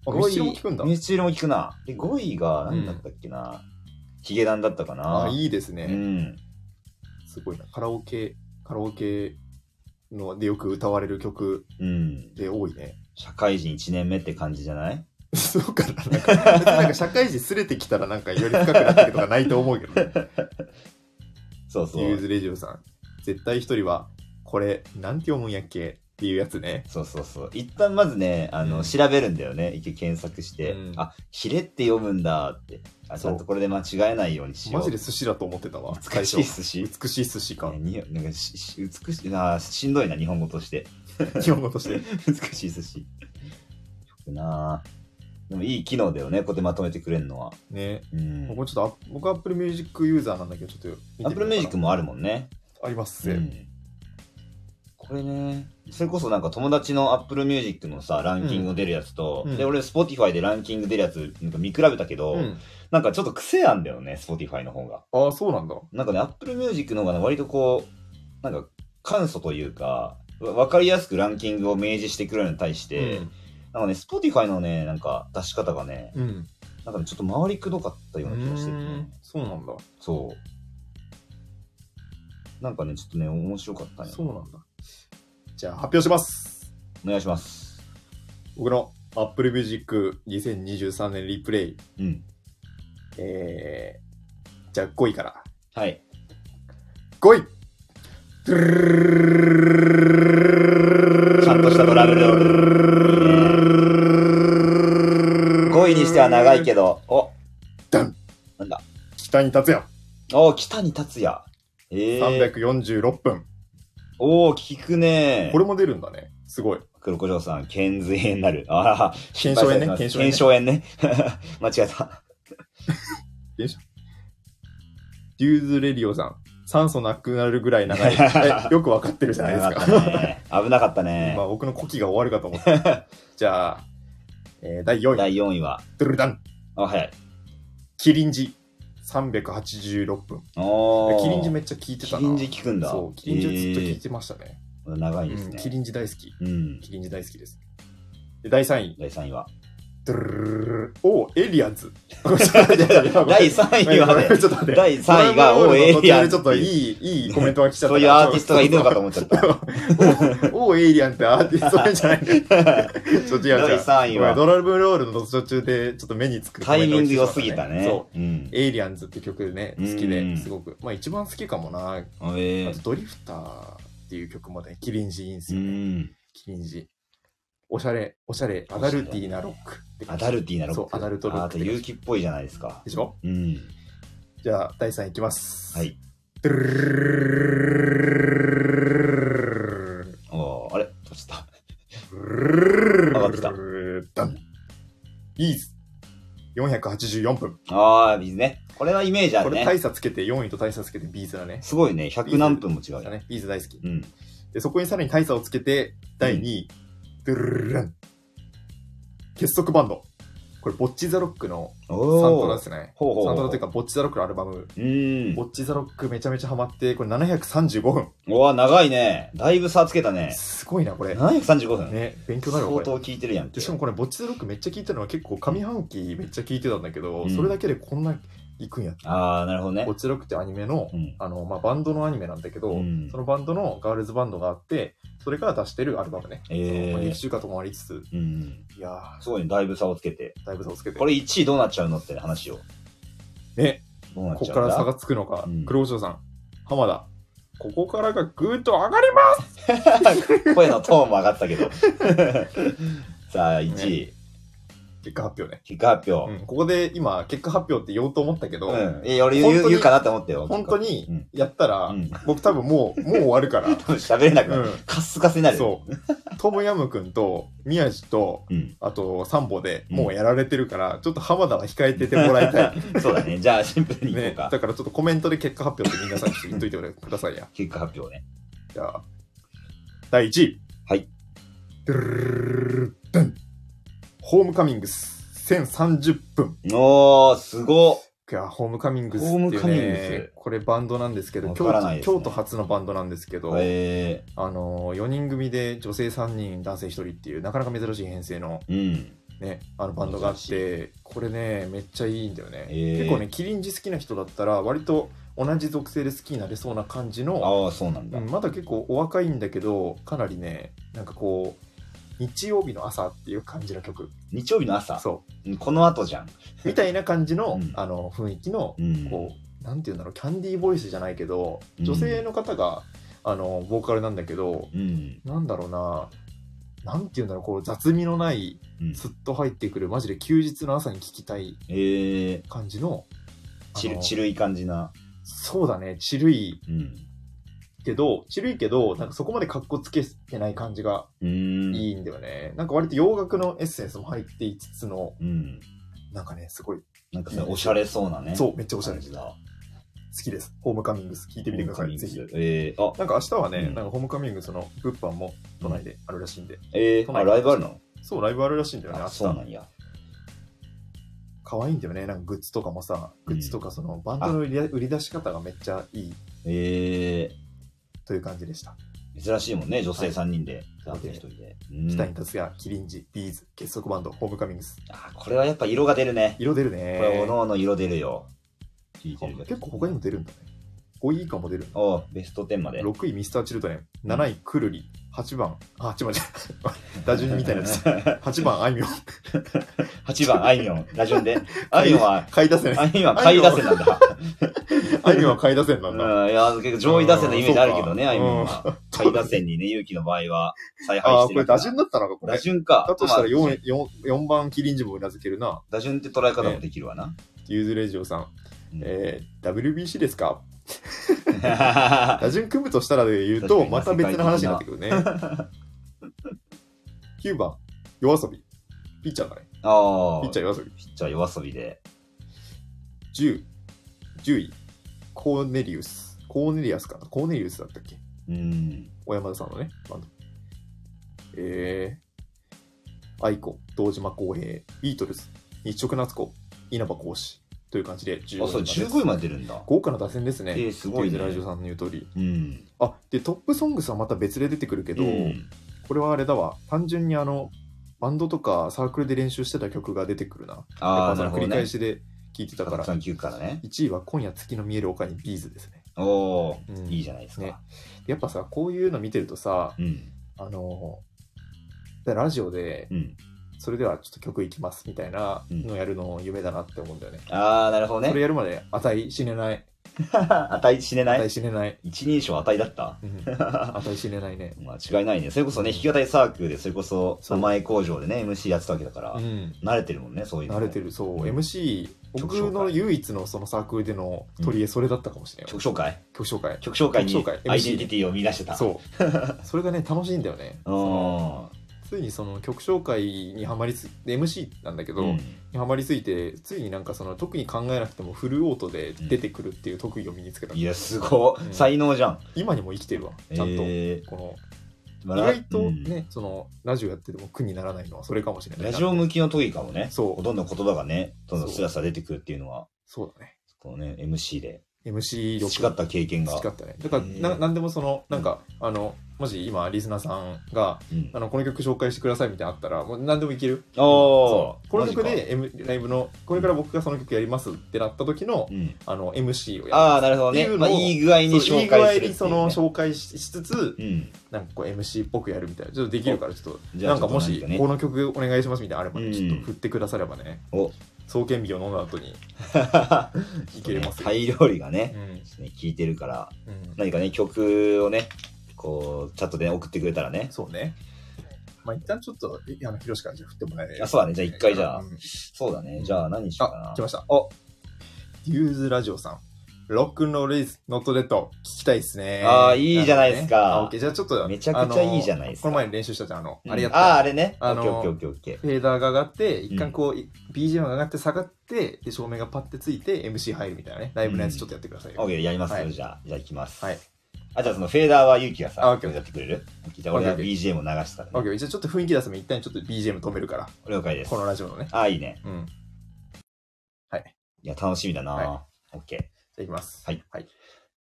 あ、 5位ミスチルも聞くんだ。ミスチルも聞くな。で、5位が何だったっけな、ヒゲダンだったかな。あ、いいですうね。ん。すごいな。カラオケ、カラオケのでよく歌われる曲うん。で多いね。 社会人1年目って感じじゃないそうかななんかなんか社会人すれてきたらなんかより深くなってるとかないと思うけどね。 そうそユーう。ズレジオさん。絶対一人は、これ、なんて読むんやっけっていうやつね。そうそうそう。一旦まずね、あの、うん調べるんだよね。一回検索して。うんあ、ヒレって読むんだって。あ、ちそうゃんとこれで間違えないようにしよう。マジで寿司だと思ってたわ。美し最い初寿司。美しい寿司か ね。になんかしし美しいなしんどいな日本語として 日本語として。美しい寿司よくなでもいい機能だよねこうやってまとめてくれるのはね。うん僕ちょっとアップ、僕アップルミュージックユーザーなんだけど、ちょっと見てみようかな。 Apple Music もあるもんねありますうね。んこれね、それこそなんか友達の Apple Music のさ、ランキング出るやつと、うんで、俺 Spotify でランキング出るやつ、なんか見比べたけど、うん。なんかちょっと癖あんだよね、Spotify の方が。ああ、そうなんだ。なんかね、Apple Music の方がね、割とこう、なんか簡素というか、わわかりやすくランキングを明示してくるのに対して、なんかね、Spotify のね、なんか出し方がね、うん。うん。なんかね、ちょっと回りくどかったような気がしてて、うーねん、そうなんだ。そう。なんかね、ちょっとね、面白かったね。そうなんだ。じゃあ、発表します。お願いします。僕の Apple Music 2023年リプレイ。うん。えー、じゃあ5位から。はい。 5位ちゃんとしたドラムロール。5位にしては長いけど、おダンなんだ北に立つやお北に達也。ええー。 346分。おお聞くねー。これも出るんだね。すごい。黒子城さん、遣隋炎になる。ああ、検証炎ね検検証証炎ね炎ね。 間違えた。デューズレリオさん。酸素なくなるぐらい長 い。えよくわかってるじゃないです危か。なかったね。危なかったねまあ僕の呼気が終わるかと思った。じゃあ、えー第4位。第4位は。ドゥルダン。あ、早い。キリンジ。386分。おー。キリンジめっちゃ聞いてたな。キリンジ聞くんだそう、キリンジをずっと聞いてましたね。長いですうんね。キリンジ大好き。うん。キリンジ大好きです。で、第3位。第3位は。 ドゥルルルルルおうエイリアンズ。第3第3位は ね、ちょっと待って。第3位が、おー、エイリアンちょっといい、いいコメントが来ちゃったそういうアーティストがいるのかと思っちゃった。おおエイリアンってアーティストじゃないんだよ。 ちょっと違う違う。第3位はごめんドラムロールの途中でちょっと目につくタコメイントがミン来てグしま良ったすぎたね。。そうん。う。エイリアンズって曲ね、好きうんで、すごく。まあ一番好きかもな。ああえとードリフターっていう曲もね、キリンジいいんすうよね。ん。キリンジ。おしゃれ、おしゃれ、アダルティーなロックって感アじダルティーなロック。そうアダルトロックああと、勇気っぽいじゃないですかで。しょうん。じゃあ、第3位いきます。はい。ドゥルルルルルルルおー、あれ閉じた。上がってきた。ダン。イーズ。484分。あー、いいね。これはイメージあこるれね。大差つけて、4位と大差つけてビーズだね。すごいね。100何分も違うだね。ね。ビーズ大好き。うん。で、そこにさらに大差をつけて、第2位。ドゥルルルルン。結束バンド。これ、ボッチザロックのサントおラーで。すね。ほうほうほうサントラというか、ボッチザロックのアルバム。うんボ。ッチザロックめちゃめちゃハマって、これ735分。おー、長いね。だいぶ差つけたね。すごいな、これ。 735分。ね、勉強になるわ、こ相れ。当聞いてるやんけ。でしかもこれ、ボッチザロックめっちゃ聞いたのは結構上半期めっちゃ聞いてたんだけど、うんそれだけでこんな行くんやって。あー、なるほどねボッ。チザロックってアニメの、うん。あの、まあ、バンドのアニメなんだけど、うんそのバンドのガールズバンドがあって、それから出してるアルバムね。えーそのまあ劇中歌ともありつつ、うん。いやすごいね。だいぶ差をつけて。ー、だいぶ差をつけて。これ1位どうなっちゃうのって話を。ね、どうなっこちこかゃうんらだ差がつくのか、うん黒潮さん、浜田、ここからがぐーっと上がります声のトーンも上がった けど。さあ、1位、結果発表ね。結果発表。うんここで今、結果発表って言おうと思ったけうど、ん。え、俺言本当うに言うかなって思ったよ。本当に。にうんやったら、うん。僕多分 もう、もう終わるから。喋れなくなる。うんカッスカスになる。そう。トムヤムくんと宮地と、う。うん。あとサンボでもうやられてるから、ちょっと浜田は控えててもらいたい。そうだね。じゃあ、シンプルにいこね、うかだ。からちょっとコメントで結果発表って皆さんちょっと言っといてくださいや。結果発表ね。じゃあ、第1位。はい。ドゥルルルルルルンホームカミングス。1030分。おー、すごっ。いや、ホームカミングスってホームカミングいうねス、これバンドなんですけど、わ京から都ないですね京都初のバンドなんですけど、えあの、4人組で女性3人、男性1人っていう、なかなか珍しい編成のー、うん。ね、あのバンドがあってこれねめっちゃいいんだよね、えー結構ねキリンジ好きな人だったら割と同じ属性で好きになれそうな感じの、ああ、そうなんうだ。ん、まだ結構お若いんだけどかなりねなんかこう日曜日の朝っていう感じの曲日曜日の朝。そうんこの後じゃん。 うみたいな感じの,、うんあの雰囲気のうん。こうなんていうんだろうキャンディーボイスじゃないけどうん女性の方が、あのボーカルなんだけどうん。なんだろうななんていうんだろうこう雑味のないうん。スッと入ってくるマジで休日の朝に聴きたいえー、感じのちある、のちるい感じな。そうだねちるいうん。けどちるいけどなんかそこまでかっこつけてない感じがうーん。いいんだよね、なんか割と洋楽のエッセンスも入っていつつのうん。なんかねすごいなんかさ、おしゃれそうなね。そうめっちゃおしゃれ感じだ。好きです。ホームカミングス聞いてみてください、ぜひ。えー、あ、なんか明日はね、うんなんかホームカミングスの物販も都内であるらしいんで、え都ー、あ、内ライブあるのそう、ライブあるらしいんだよね、明あ、日。そうなんや。可愛いんだよね、なんかグッズとかもさ、グッズとかそのバンドの売り売り出し方がめっちゃいいえという感じでした。ー、珍しいもんね、女は性い3人で、男性1人で。うん北に達也、キリンジ、ビーズ、結束バンド、ホームカミングス。あ、これはやっぱ色が出るね。色出るこれ、ねお。のおの色出るよ。聞いてるけど結構他にも出るんだね。5位以下も出るんだ。おうベスト10まで。 6位、ミスター・チルドレン。7位、クルリ。8番、あ、8番じゃ ない。打順みたいなやつ。8番、あいみょん。 8番、あいみょん、打 順で。あいみょんは、買い出せない。あいみょんは買い出せなんだ。あいみょんは買い出せんなうんん、いだ。や、結構上位打線のイメージあるけどうね、んあいみょんは。下位打線にね、勇気の場合は、再配ああ、こしてれる打順だったのか、こ打れ。順か。だとしたらまあ 4, 四四番キリンジもうなずけるな。打順って捉え方もできるわな。ユーズレジオさん。うんえー、WBC ですか 打順組むとしたらで言うと、確まかたにまあ別の話になってくるね。9番、夜遊び。ピッチャーだね。ああ、ピッチャー夜遊び。ピッチャー夜遊びで。 10、10位、コーネリウス。コーネリアスかなコーネリウスだったっけうん。小山田さんのね、バンド。えー、愛子、堂島康平、ビートルズ、日直夏子、稲葉講師という感じで15あ、そう、です15位まで出るんだ。豪華な打線ですえね。ー、すごいね。ラジオさんの言う通り。うん。あ、で、トップソングスはまた別で出てくるけど、うんこれはあれだわ。単純にあの、バンドとかサークルで練習してた曲が出てくるな。ああ、やっぱそなのるほ繰どり返ね。しで聞いてたから。さん9からね。 1位は今夜月の見える丘にビーズですね。おお、うんいいじゃないですねか。やっぱさ、こういうの見てるとさ、うん。あの、でラジオでう、ん。それではちょっと曲いきますみたいなうんのやるの夢だなって思うんだよね。ああ、なるほそどれね。やるまで値死ねない。 値死ねない値死ねない。一人称値だった。 うん値死ねないね。まあ違いないね。それこそね、弾き語りサークルで、それこそそう名前工場でね、MC やってたわけだからう、ん。慣れてるもんね、そういうの。慣れて。る、そう。うん MC、僕曲紹の介唯一のそのサークルでの取り柄、それだったかもしれない。曲紹介曲紹介。曲紹介に曲紹介アイデンティティを見出してた。う。そう。 それがね、楽しいんだよね。そのあついにその曲紹介にはまりつい MC なんだけあ。うど、んにはまりついて、ついになんかその特に考えなくてもフルオートで出てくるっていう特技を身につけた。いや、すごうんい。才能じゃん。今にも生きてるわ、ちゃんと。えーこのま意あ外とうんね、そのラジオやってても苦にならないのはそれかもしれない。ラジオ向きの時かもね。そうどんどん言葉がね、どんどんスラスラ出てくるっていうのは、そうだね。このね、MC で MC 力培った経験が。培ったね。だからへーな、なんでもその、なんか、あの、もし今、リスナーさんが、うんあの、この曲紹介してくださいみたいなのあったら、もう何でもいける。ああそうこの曲マジで、M、ライブの、これから僕がその曲やりますってなった時の、うんあの、MC をやる。ああ、なるほどっていね。うのまをあ、いい具合そうにいい紹具合介するっていうね。にその紹介ししつつ、うん。なんかこう MC っぽくやるみたいな。ちょっとできるから、ちょっと、じゃあなんかもちょっしと何、かねこの曲お願いしますみたいなのあればね、うんちょっと振ってくださればね、お、創建日を飲んだ後に いけますよ。タイ料理うがね、んね聞いてるから、うん何かね、曲をね、こう、チャットで送ってくれたらね。そうね。まあ一旦ちょっと、えあの、ヒロシからじゃあ振ってもらえればあ、そうだね。じゃあ一回じゃあう、んそうだね。じゃあ何しようかあ、な来。ました。おデューズラジオさん。ロックンロールイズノットデッド聞きたいですね。あーいいじゃないですかなるほどねあオッケーじゃあちょっと、めちゃくちゃいいじゃないですかあのこの前練習したじゃん、あの、うんあれやっあー、た。あれね。オあッのケーオッケーオッケーオッケー。フェーダーが上がって、一旦こう、い BGM が上がって下がって、で、照明がパッてついて、MC 入るみたいなね、ライブのやつちょっとやってくださいオッよ。ケーやりますはよ。いじゃあ、じゃあ行きます。はい。あ、じゃあそのフェーダーはユウキがあオさッ、ケーやってくれるオッケーじゃあ俺オッはケー BGM を流したオッらケね。ーじゃあちょっと雰囲気出すために一旦ちょっと BGM 止めるから、了解ですこ。のラジオのね。あー、いいね。うん。じいや、楽しみだはいな。オッケー。ゃあいきます。はい。はい。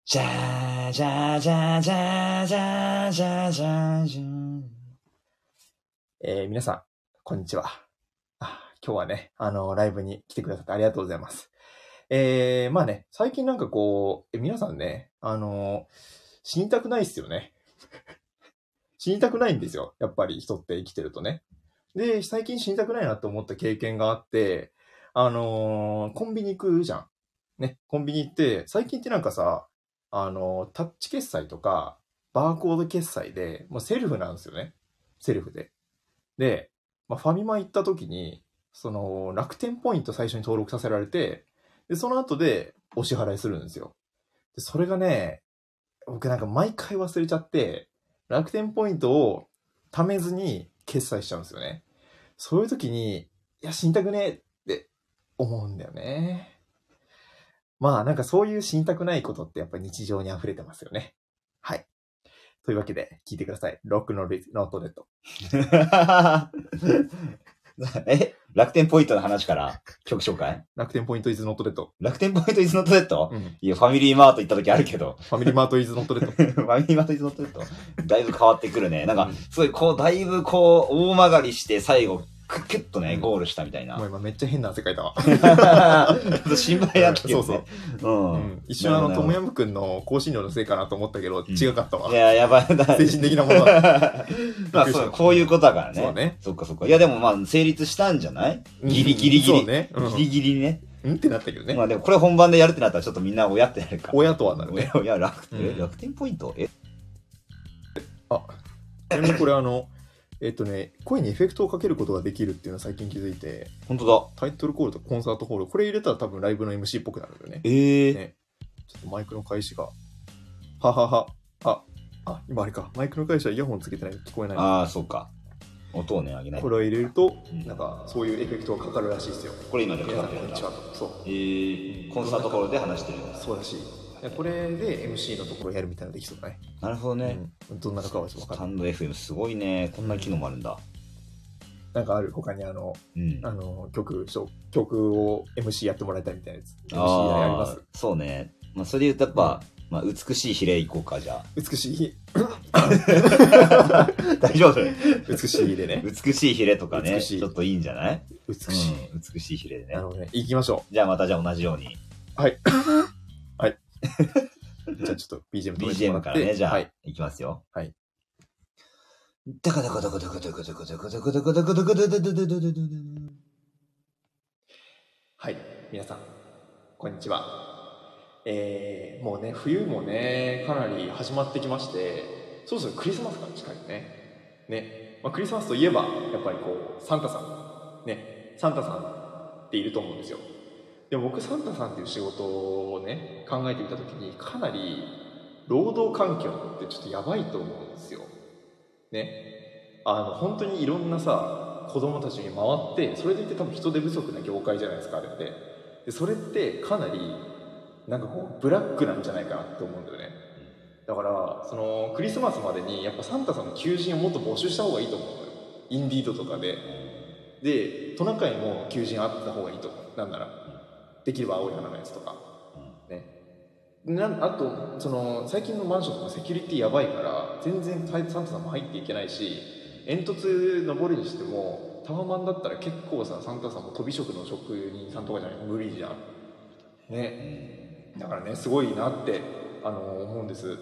じゃーじゃーじゃーじゃーじゃーじゃーじゃーじゃーえー皆さん、こんにちは。あ今日はね、あの、ライブに来てくださってありがとうございます。えーまあね、最近なんかこう、え皆さんね、あの、死にたくないっすよね。 死にたくないんですよ。やっぱり人って生きてるとね。で、最近死にたくないなって思った経験があって、あのーコンビニ行くじゃん。ね、コンビニ行って、最近ってなんかさ、あのタッチ決済とか、バーコード決済で、もうセルフなんですよね。セルフで。で、まあ、ファミマ行った時に、その楽天ポイント最初に登録させられて、で、その後でお支払いするんですよ。で、それがね、僕なんか毎回忘れちゃって、楽天ポイントを貯めずに決済しちゃうんですよね。そういう時に、いや、死にたくねえって思うんだよね。まあなんかそういう死にたくないことってやっぱり日常に溢れてますよね。はい。というわけで、聞いてください。ロックのリノートレット。え楽天ポイントの話から曲紹介楽天ポイントイズノットレット。楽天ポイントイズノットレットうん。いや、ファミリーマート行った時あるけど。ファミリーマートイズノット レット。ファミリーマートイズノットレット。だいぶ変わってくるね。なんうかん、すごいこう、だいぶこう、大曲がりして最後、クッキュッとね、うんゴールしたみたいなもう。今めっちゃ変な汗かいたわ。 ちょっと心配だったけど、ね。そうう。。うんん。一瞬あの、なるトほどムヤムくんの香辛料のせいかなと思ったけど、う違んかったわい。や、やばいな。精神的なものだ。 まあそう、こういうことだからね。そうね。そっかそっか。いや、でもまあ、成立したんじゃないギリギリギリそうね。うんギリギリね。うんってなったけどねま。あでも、これ本番でやるってなったら、ちょっとみんな親ってなるから。親とはなるね。親、親、楽天、うん楽天ポイントえちなみにこれあの、えっとね、声にエフェクトをかけることができるっていうのは最近気づいて、本当だ。タイトルコールとコンサートホール、これ入れたら多分ライブの MC っぽくなるよね。ええねちょっとマイクの返しが。ははは。あ、あ、今あれか。マイクの返しはイヤホンつけてないと聞こえない。ああ、そうか。音をね、上げないこ。れを入れるとうん、なんか、そういうエフェクトがかかるらしいですよ。これ今でか皆かさん、っこんてるんにだち。は。そう。ええコンサートホールで話してるんだ。そうだし。これで MC のところやるみたいなのできそうだね。なるほどね。うん。どんなのかはちょっスとわかタんない。ンド FM すごいね。こんな機能もあるんだ。なんかある、他にあの、うん。あの、曲、そう曲を MC やってもらいたいみたいなやつ。MC やりまあすー。そうね。まあ、それで言うとやっぱ、まあ、美しい比例いこうか、じ ゃ美しい、あ。大丈夫美しいでね。美しいヒレとかね、美しいちょっといいんじゃない美美しい。うん、美しいヒレでねなる。ほどね。行きましょじゃあまたじゃあ同じように、う。じゃあちょっと BGM 止めても BGM らかっらてね、じゃはあい。、いきますよ。はい。ダカダカダカダカダカダカダカダカダカダカダカダカダカダカダカはい。皆さん、こんにちは。えー、もうね、冬もね、かなり始まってきまして、そろそろクリスマスが近いよね。ね。まあ、クリスマスといえば、やっぱりこう、サンタさん。ね。サンタさんっていると思うんですよ。でも僕、サンタさんっていう仕事をね、考えてみたときに、かなり、労働環境ってちょっとやばいと思うんですよ。ね、あの本当にいろんなさ子供たちに回ってそれでいて多分人手不足な業界じゃないですかあれってでそれってかなりなんかこうブラックなんじゃないかなって思うんだよねだからそのクリスマスまでにやっぱサンタさんの求人をもっと募集した方がいいと思うのよインディードとかででトナカイも求人あった方がいいと思うなんならできれば青い花のやつとかね、なんあとその最近のマンションとかセキュリティやばいから全然サンタさんも入っていけないし煙突登るにしてもタワマンだったら結構さサンタさんも飛び職の職人さんとかじゃないと無理じゃんねだからねすごいなってあの思うんです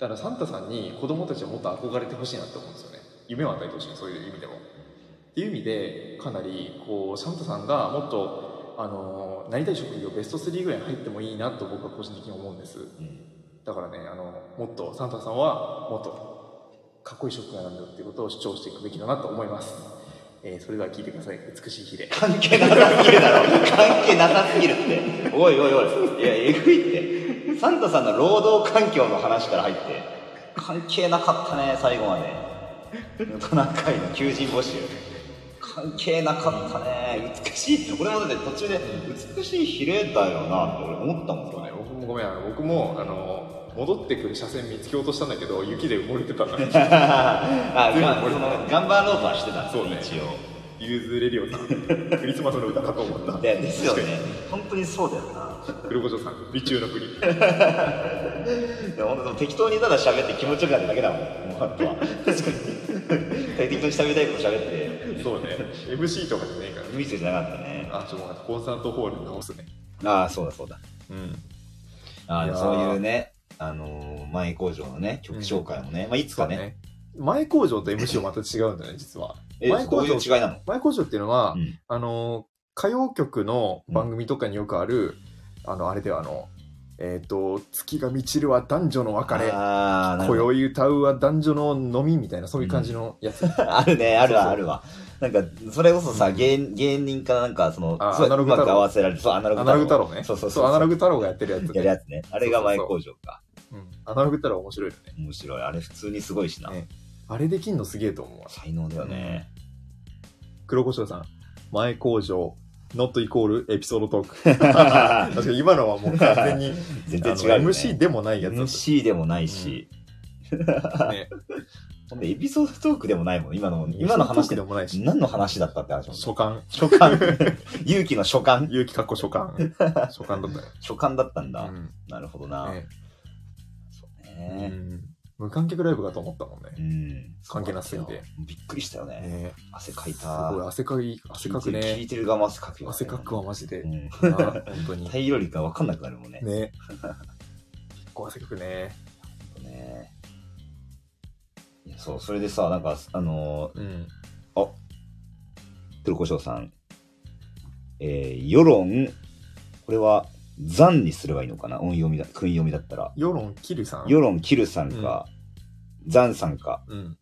だからサンタさんに子供たちはもっと憧れてほしいなって思うんですよね夢を与えてほしいそういう意味でもっていう意味でかなりこうサンタさんがもっとあのなりたい職業ベスト3ぐらいに入ってもいいなと僕は個人的に思うんですだからねあのもっとサンタさんはもっとかっこいい職業なんだよっていうことを主張していくべきだなと思います、えーそれでは聞いてください美しいヒレ関係なさすぎるだろ関係なさすぎるっておいおいおいいやえぐいってサンタさんの労働環境の話から入って関係なかったね最後までトナカイの求人募集関係なかったね美しい俺もだって途中で美しい比例だよなって俺思ったもんそう ね、僕もごめんあの僕もあの戻ってくる車線見つけようとしたんだけど雪で埋もれてたんだ あ全部まあ俺そものガンバーローファーしてたんですそうね一応ユーズレディオさんクリスマスの歌かと思ったでですよね本当にそうだよな黒胡椒さん備中の国でも本当適当にただ喋って気持ちよくなっただけだもんもうあと は確かに適当に喋りたいこと喋ってそうね MC とかじゃねえか無理じゃなかったねらあちょっと待ってコンサートホール直すねああそうだそうだうんいああやーそういうねあのー、前工場のね曲紹介もね、まあいつかね前工場と MC はまた違うんだね実はえ前ど工ういう場違いなの前工場っていうのは、うんあの歌謡曲の番組とかによくある、あのあれではあのえっ、と「月が満ちるは男女の別れ」ああなる今ほど宵歌うは男女の飲みみたいなそういう感じのやつ、あるねあるそうそわうあるわなんかそれこそさ、うん芸芸人かなんかそのあーすごいアナロうグ太郎まく合わせられるそうアナログア太ナ郎ログ太郎ねそうそうそうアナログ太郎がやってるやつやねるやつねあれが前工場かうんアナログ太郎面白いよね面白いあれ普通にすごいしな、ねあれできんのすげえと思うわ才能だよね、黒胡椒さん前工場 not イコールエピソードト ーク。確かに今のはもう完全に全あ然の違うよ、ね。 MC でもないやつだっ MC でもないし、た、ね。ほんでエピソードトークでもないもん、今の、今の話トークでで。もないし、何の話だったって話もんね所感、書簡。 勇気の書簡勇気かっこ所 感、所感だったよ。書簡だったんだ。うんなるほどな。ねそううね。ん無観客ライブかと思ったもんうね。ん。関係なすぎてそうだったよ。びっくりしたよね。ね汗かすいた。ごい汗かい、汗かく聞いてる聞ねい。てるが汗かくよね。汗かくはマジでう。ん。な本当に。大量力が分かんなくなるもんね。ね。結構汗かくね。ねいやそう、それでさ、なんか、あのうん。ー、鶴子翔さん、えー、世論、これは、残にすればいいのかな音読みだ、訓読みだったら。世論キルさん。世論、キルさんか、残さんか、うん。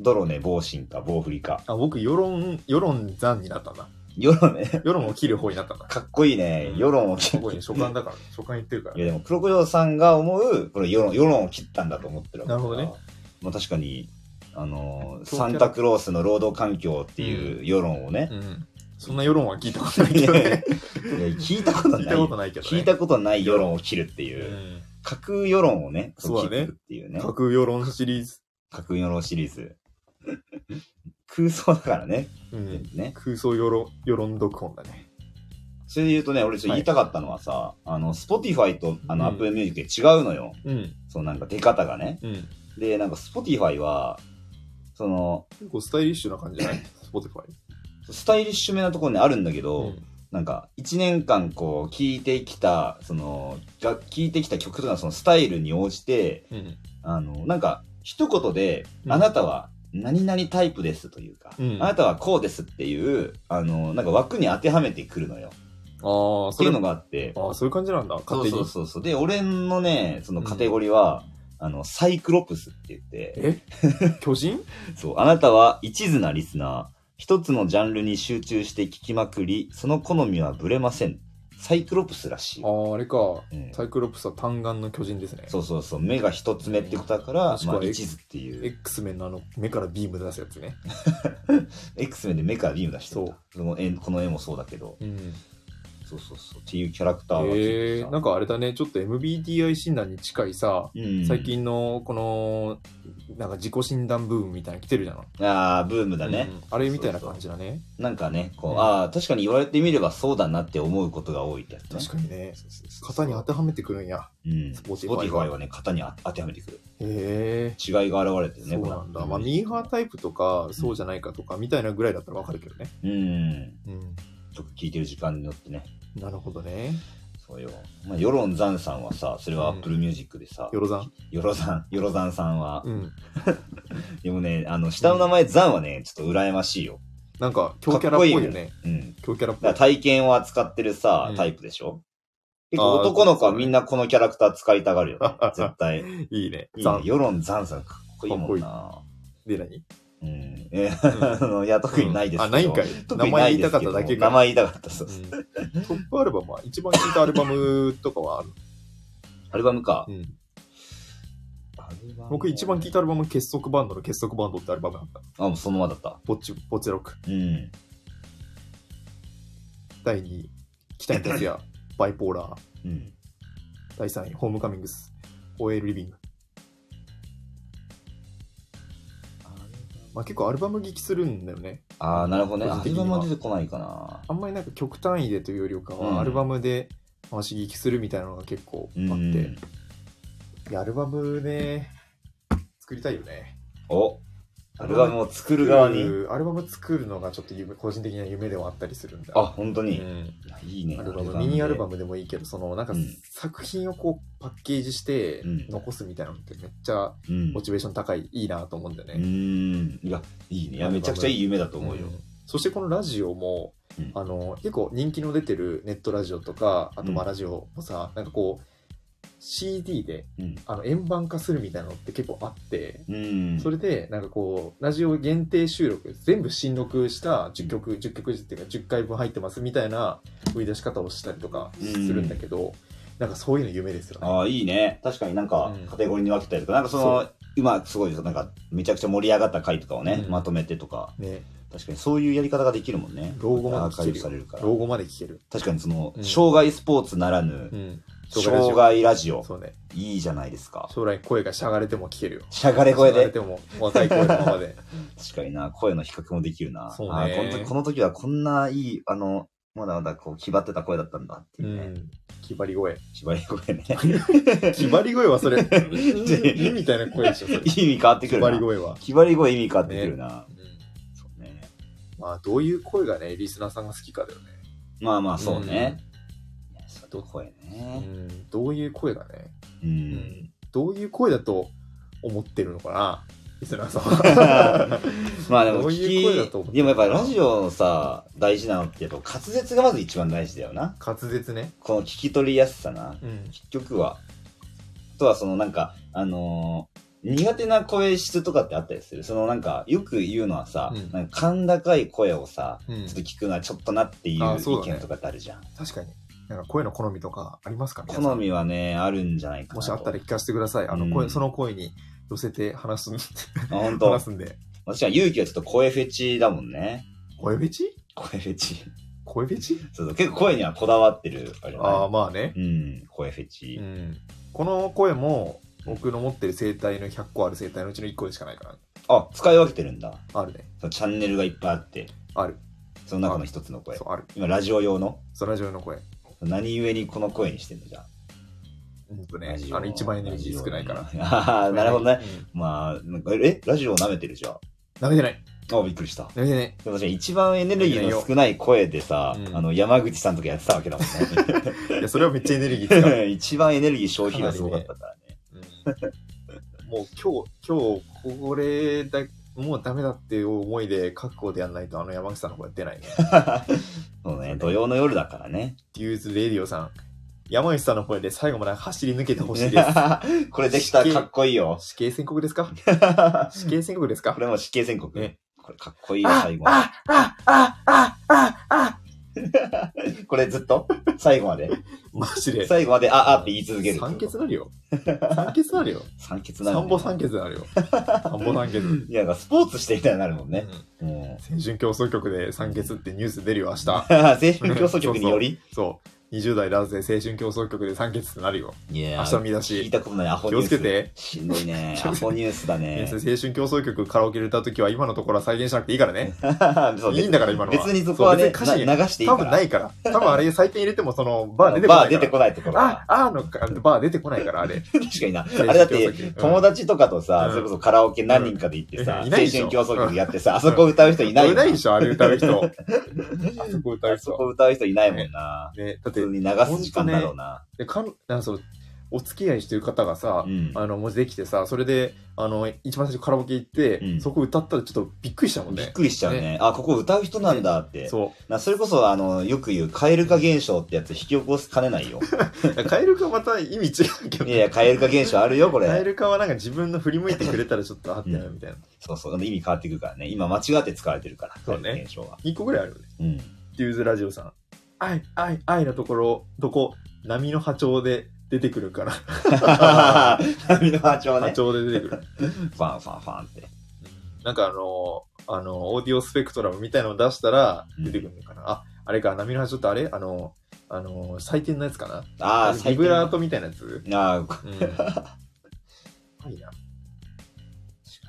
ドロネ、暴神か、暴振りか。あ、僕、世論、世論残になったん だ。世論ね、世論を切る方になったんだ。かっこいいね。世論をす切ごいね、所感だから、所感言ってるかいら。やでも、黒子城さんが思う、これ世論、世論を切ったんだと思ってるわけだからなるほどね。まあ確かに、あのーそうサンタクロースの労働環境っていう世論をね、うん。そんな世論は聞いたことないけどね。いや聞いたこと 聞いなたい。ことないけどね。聞いたことない世論を切るっていうう、ん架空世論をね、そうだね切るっていうね。架空世論シリーズ。架空世論シリーズ。 空想だからね。うん。ね。空想世論、世論読本だね。それで言うとね、俺ちょっと言いたかったのはさ、あの、Spotify とあのうん Apple Music で違うのよ。うん。そのなんか出方がね。うん。で、なんか Spotify は、その、結構スタイリッシュな感じじゃない ?Spotify。スタイリッシュめなところにあるんだけうど、んなんか1年間こう聴いてきたそのが聴いてきた曲とかそのスタイルに応じてうん。あのなんか一言で、うんあなたは何々タイプですというか、うんあなたはこうですっていうあのなんか枠に当てはめてくるのよああ、っそてういいううののがあってああ、そういう感じなんだ。勝そう手そうに。そうそうで俺のねそのカテゴリーは、あのサイクロプスって言ってえ 巨人そう、あなたは一途なリスナー。一つのジャンルに集中して聞きまくり、その好みはブレません。サイクロプスらしいあよ。あ、あれか。うんサイクロプスは単眼の巨人ですね。そうそうそう、目が一つ目ってことだから、うんまあ、確かに一途っていう。 X メンのあの目からビーム出すやつね。 X 面で目からビーム出してるんだそその絵この絵もそうだけど、うん。そうそうそう、っていうキャラクターがえー、なんか、かあれだね、ちょっと MBTI 診断に近いさ、うん、最。近のこの、なんか自己診断ブームみたいなの来てるじゃん。ああ、ブームだねう。んあれみたいな感じだね。なんかね、こう、うんああ、確かに言われてみればそうだなって思うことが多いってやつね。確かにね。そうそうそうそう型に当てはめてくるんや。うん。 Spotify は Spotify はね、型に当てはめてくる。へえ。違いが現れてるね、そうなんだ。まあ、ミーハータイプとか、そうじゃないかとか、みたいなぐらいだったらわかるけどね。うん。うん。曲聴いてる時間によってね。なるほどね。そうよ。まあ、世論ザンさんはさ、それはうん Apple Music でさ、よろざん。よろざん、よろざんさんは、うん。でもね、あの、下の名前ザンはね、ちょっと羨ましいよ。なんか、強キャラっぽいよかっこね。うん。強キャラっぽだからい。体験を扱ってるさう、んタイプでしょ、結あ構ー男の子はそうねみんなこのキャラクター使いたがるよね。 絶対。いいいいね。ね残。。世論ザンさんかっこいいもんな。で、何うん。え、 あの、いや、特にないですけど。あ、ないんかい。特名にな前い言いでたかすっけたどだけ名か。前言いたかった、そうそううんトップアルバムは、一番聴いたアルバムとかはある。アルバムか。うん僕僕一番聴いたアルバム、結束バンドの結束バンドってアルバムだった。あ、もうそのままだった。ぼっち、ぼっちロック。うん。第2位、北井達 也、バイポーラー。うん。第3位、ホームカミングス、OL リビング。まあ結構アルバム聴きするんだよね。ああ、なるほど個ね。人ア的ルにバはムは出てこないかな。あんまりなんか曲単位でというよりかうんは、アルバムで回し聴きするみたいなのが結構あうんって、いや、アルバムね、作りたいよね。おアルバムを作る側に。アルバム作るのがちょっと夢個人的な夢ではあったりするんだ。あ、本当うんに。いやいいね。アルバムミニアルバムムでもいいけどそのなんかうん作品をこうパッケージしてうん残すみたいなのってめっちゃで。うん。モチベーション高いいいなと思うんだようね。ん。いや、いいね。いや、めちゃくちゃいい夢だと思うよ。そしてこのラジオも、うんあの結構人気の出てるネットラジオとかあとまあうんラジオもさ、なんかこう CD でうん。あの円盤化するみたいなのって結構あって、うん。それでなんかこうラジオ限定収録全部新録した10曲10曲っていうか10回分入ってますみたいな売り出し方をしたりとかするんだけど、なんかそういうの夢ですよね。ああ、いいね。確かになんかうん、カテゴリーに分けたりとか、なんかそその、今すごい、なんか、めちゃくちゃ盛り上がった回とかをねう、んまとめてとか、ね、確かにそういうやり方ができるもんね。老後まアでーカ聞けイブるさよれるから。老後まで聞ける。確かにその、うん障害スポーツならぬう、ん。障ラジ害ラジオオ。そうね。いいじゃないですか。将来声がしゃがれても聞けるよ。しゃがれ声しゃがれで。ても若い声のまま で。確かにな、声の比較もできるな。そうねあーこの時この時はこんないい、あの、まだまだこう、気張ってた声だったんだってういうね。ん。気張り 声。縛り声ね。気張り声はそ れ、うんみたいな声でしょ、それ。 意味変わってく気る張りな。声は。気張り声意味変わってくるなう。んそうね。まあ、どういう声がね、リスナーさんが好きかだよね。まあまあ、そうね。いやど声うん。うね。んどういう声がね、う。うんどういう声だと思ってるのかな、リスナーさん は。まあでもどういう声だ聞と思っき、てでもやっぱラジオのさ、大事なのってやっぱ滑舌がまず一番大事だよな。滑舌ね。この聞き取りやすさな。うん。結局は。あとはそのなんか、あのー苦手な声質とかってあったりするそのなんか、よく言うのはさ、うんなんか甲高い声をさ、うんちょっと聞くのはちょっとなっていうあ意そうだね見とかってあるじゃん。確かに。なんか声の好みとかありますか皆さん好みはね、あるんじゃないかなと。もしあったらあ、聞かせてください。あの、うん声、その声に寄せて話すん、本当話。すんで。私は勇気はちょっと声フェチだもんね。声フェチ声フェチ。 声フェチそうそう、結構声にはこだわってるあれだねああ、まあね。うん、声フェチ。うん。この声も、僕の持ってる声帯の100個ある声帯のうちの1個でしかないから。あ、使い分けてるんだ。あるね。そのチャンネルがいっぱいあって、ある。その中の一つの声そ。う、ある。今、ラジオ用のそラジオの声。何故にこの声にしてんのじゃあ。うんとラねジ、オあの、一番エネルギー少ないから。。ああ、なるほどね。うん。まあ、なんかえ、ラジオを舐めてるじゃん。舐めてない。あびっくりした。舐めてない。でも確かに一番エネルギーの少ない声でさ、うんあの、山口さんとかやってたわけだもんい や、それはめっちゃエネルギー使う。ね。 一番エネルギー消費がすごかったからね。うんもう今日、今日、これだ、もうダメだっていう思いで覚悟でやんないと、あの山口さんの声出ないね。そうね、土曜の夜だからね。デューズレディオさん。山口さんの声で最後まで走り抜けてほしいで これできたらかっこいいよ。す。死刑宣告ですか死刑宣告ですかこれも死刑宣告。ねこれかっこいいよ、最後まああああああで。これずっと最後まで。マジで。最後まで、あ、あって言い続ける。酸欠なるよ。酸欠なるよ。酸欠なの三ね歩三欠なるよ。三歩三欠。いや、なんかスポーツしてみたいになるもんね。うんも青春競争局で酸欠ってニュース出るよ、明う。日。青春競争局により そう。20代男性青春競争局で酸欠ってなるよ。いや明ー日見出し聞いたことないアホニュース。気をつけてしんど いね。気アをつけてホニュースだね皆。さん青春競争局カラオケで歌うときは今のところは再現しなくていいからね。そういいんだから今のは。別にそこはうね、別に歌詞にな流していい多か分ら。ないから。多分あれ最近入れてもそのバーバー出てこないから。出てこないところあは。、あのか、バー出てこないから、あれ。確かに な。あれだって、友達とかとさ、うんそれこそカラオケ何人かで行ってさ、う青んいないでしょ春競争局やってさ、あそこ歌う人いないい よなないでしょ、あれ歌う 人。あそこ歌うあそこ人。歌う人いないもんな。ね、だっ普て通、に流す時間だろうな。でかんなんかそのお付き合いしてる方がさ、うんあの、もうできてさ、それで、あの、一番最初カラオケ行って、うんそこ歌ったらちょっとびっくりしたもんびっね。くりしちゃうね。あ、ここ歌う人なんだって。そなそれこそ、あの、よく言う、蛙化現象ってやつ引き起こすかねな いよ。う。カエル化また意味違うけどいやいや、蛙化現象あるよ、こカエれ。ル化はなんか自分の振り向いてくれたらちょっと合ってないみたいな。そうそう、意味変わってくるからね。今間違って使われてるから、そうね蛙化現象は。 2個ぐらいあるよね。 うん。デューズラジオさん。あい、あい、あいのところ、どこ、波の波長で出てくるから。 波の波長波ね。長で出てくる。ファンファンファンって。なんかあのーあのー、オーディオスペクトラムみたいのを出したら出てくるのかな。あ、あれか、波の波長ってあれあのー、あのー、採点のやつかなああ、ビブラートみたいなやつ最近。ああ、確 うん。やばいな。か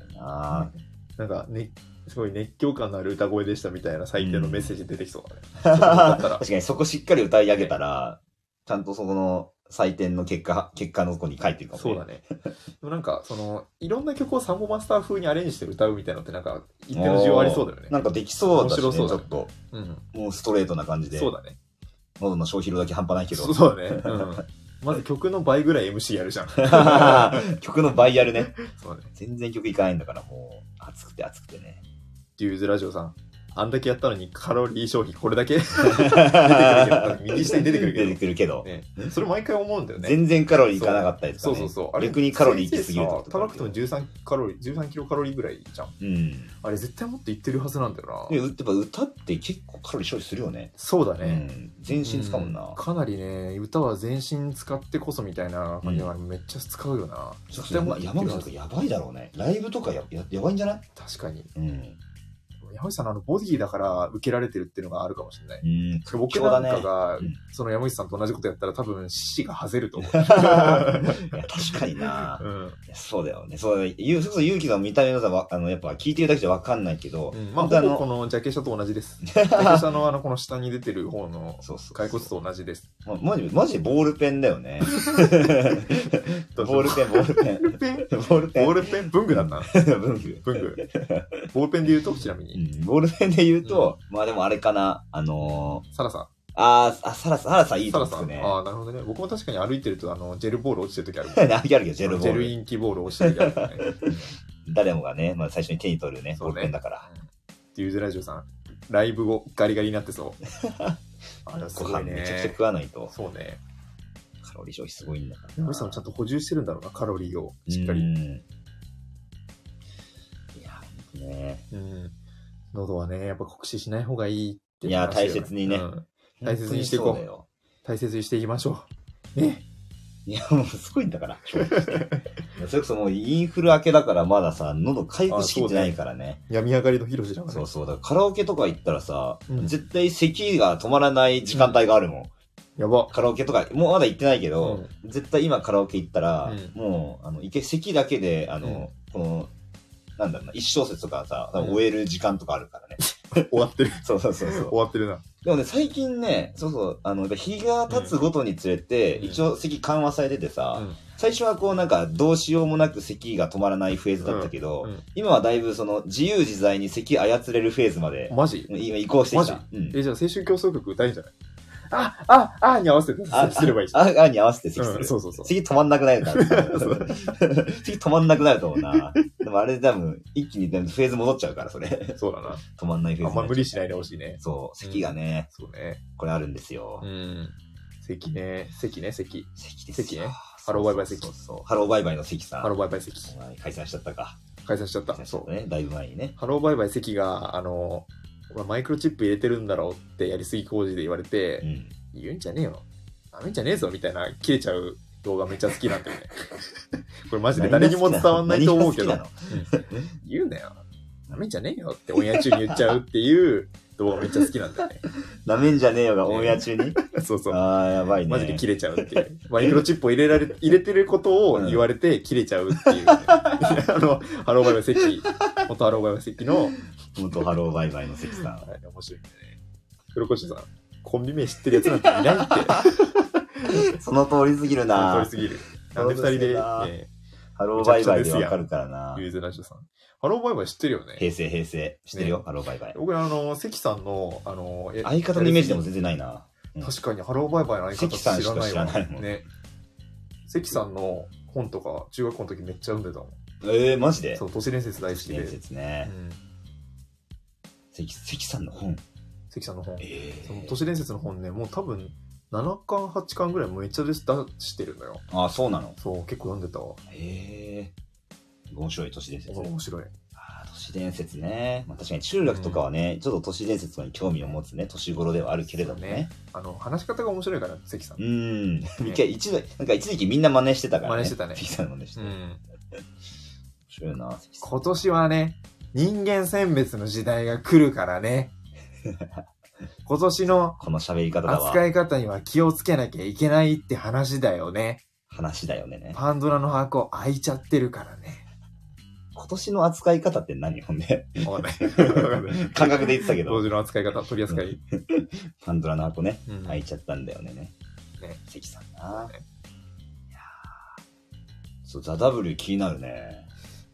にな。なんか、ね、すごい熱狂感のある歌声でしたみたいな採点のメッセージ出てきそう だね。そうだったら確かにそこしっかり歌い上げたら、ちゃんとそこの採点の結果、結果のとこに書いてるかも、ね。そうだね。でもなんか、その、いろんな曲をサンボマスター風にアレンジして歌うみたいなのって、なんか、一定の需要ありそうだよね。なんかできそうだし、ね、面白ちょそうだっと。うん。もうストレートな感じで。そうだね。喉の消費量だけ半端ないけどそ。うそうだね。うん。まず曲の倍ぐらい MC やるじゃん。 曲のバイアルね。そうだね。全然曲いかないんだから、もう、熱くて熱くてね。デューズラジオさん。あんだけやったのにカロリー消費これだ け出てくるけど右下に出てくるけど 出てくるけど。ね。それ毎回思うんだよね。全然カロリーいかなかったりとか、そうね。そうそう。あれ逆にカロリーいきすぎる先生とさか高くても13カロリー、13キロカロリーぐらいじゃん。うん。あれ絶対もっといってるはずなんだよで、な。やっぱ歌って結構カロリー消費するよね。そうだね。うん。全身使うもんな。うんかなりね歌は全身使ってこそみたいな感じはめっちゃ使うよな、ちょっ絶と対も山っと山口さんとかやばいだろうね。ライブとかやややばいんじゃない確かにうん。山口さんのあのボディだから受けられてるっていうのがあるかもしれない。うん。 僕なんか屈強が、うんその山口さんと同じことやったら多分獅子が外れると思う。だねいや確かになうん そうだよね。そう、ゆうそれこそ勇気が見た目のさ、わあの、やっぱ聞いてるだけじゃわかんないけど、うんまあ、本当あほのぼこのジャケシャと同じ です。ジャケシャのあの、この下に出てる方のそうそう。骸骨と同じです。ま。マジ、マジでボールペンだ よね。ボールペン、ボールペン。ボールペンボールペ ン。ボールペン文具だったな。文具文具。 ボールペンで言うと、ちなみうに、んボールペンで言うと、まあでもあれかな、あのー、サラさあーあ、サラさん、サラさんいん。いサとラ思さうんん。ですあよあ、なるほどね。僕も確かに歩いてると、あの、ジェルボール落ちてる時ある。ね。あるあるけど、ジェルボール。インキボール落ちてる時あるよね。誰もがね、まあ、最初に手に取るね、そボうねールペンだから。デューズラジオさん、ライブ後、ガリガリになってそう。 あれすごご飯いめちゃくちゃね。食わないと、そうね。カロリー消費すごいんだからな。山口さんもちゃんと補充してるんだろうな、カロリーを。しっかうり。んいや、ほんとね。うん。喉はね、やっぱ酷使しない方がいいって話いやだよ大切にねうん大切にしていこう本当にそだよ大切にしていきましょう。ね。いや、もうすごいんだから、正直 それこそもうインフル明けだからまださ、喉回復しきってないからね。病み上がりのヒロシだからそねう。そう。だからカラオケとか行ったらさ、うん絶対咳が止まらない時間帯があるもん。やば。カラオケとか、もうまだ行ってないけど、絶対今カラオケ行ったら、うんもう、あの、行け、咳だけで、あの、この、なんだろうな、一小節とかさ、多分終える時間とかあるから ね。終わってる。そうそうそうそう終。わってるな。でもね、最近ね、そうそう、あの、やっぱ日が経つごとにつれて、うん一応咳緩和されててさ、うん最初はこうなんかどうしようもなく咳が止まらないフェーズだったけど、うんうん今はだいぶその自由自在に咳操れるフェーズまで、マジ今移行してきたマ。うんえ、じゃあ青春競争曲歌えんじゃないあ、あ、あに合わせてあすればいいじゃん。あ、あに合わせて咳する。うんそうそうそう。次止まんなくなるからさ そう。次止まんなくなると思うな。でもあれ多分、一気に多分フェーズ戻っちゃうから、それ。 そうだな。止まんないフェーあズんになまっちゃう。無理しないでほしいね。そう、咳がね、そうね。これあるんですよ。うん。咳ね。咳ね、咳。咳ですよ。咳ねハローバイバイ咳そうそうそう。ハローバイバイの関さん。ハローバイバイ咳。お前解散しちゃったか。解散しちゃった解。散しちそゃったう。ね。だいぶ前にね。ハローバイバイ咳が、あの、お前マイクロチップ入れてるんだろうってやりすぎ工事で言われてう、ん。言うんじゃねえよ。ダメんじゃねえぞみたいな切れちゃう動画めっちゃ好きなんだよね。 これマジで誰にも伝わんないと思うけど何。が好きなの言うなよ。ダメんじゃねえよってオンエア中に言っちゃうっていう動画めっちゃ好きなんだよね。なめんじゃねえよがオンエア中に。そうそう。 ああ、やばいね。マジで切れちゃうっていう。マイクロチップを入れら れ、入れてることを言われて切れちゃうっていうね、 あの、ハローバイバイ席、元ハローバイバイ席の、元ハローバイバイの関さん。はい面白いんだよね。黒越さん、コンビ名知ってるやつなんていないって。その通りすぎる通りなす。ぎる。なんで二人で、ね、ハローバイバイでわかるからな。ユーズラジオさん。ハローバイバイ知ってるよね。平成平成。知ってるよ、ハローバイバイ。僕、あの、関さんの、あの、え相方のイメージでも全然ないな。確かにハローバイバイの相方関さんしか知ら知らなないいももんんね。関さんの本とか、中学校の時めっちゃ読んでたもん。ええー、マジでそう、都市伝説大好きで。伝説うね。ん関関さんの本。関さんの本。ええその都市伝説の本ね、もう多分7巻、8巻ぐらいめっちゃ出してるんだよ。ああ、そうなの。そう、結構読んでたわ。ええ面白い都市伝説。面白い。ああ、都市伝説ね。まあ、確かに中学とかはね、ちょっと都市伝説に興味を持つね、年頃ではあるけれどもね。あの、話し方が面白いから、関さんう。ーん。一回、一度、なんか一時期みんな真似してたから真ね。似してたね関さんの真似してうた。面ん。白いな、関さん。今年はね、人間選別の時代が来るから ね。今年のこの喋り方だ扱わ。い方には気をつけなきゃいけないって話だよね。話だよね。パンドラの箱開いちゃってるから ね。今年の扱い方って何ほんで。 わかんない。わかんない。感覚で言ってたけ当ど。時の扱い方、取り扱い。パンドラの箱ね。うん開いちゃったんだよね。ねね関さんな。ねいやーそう、ザ・ W 気になるね。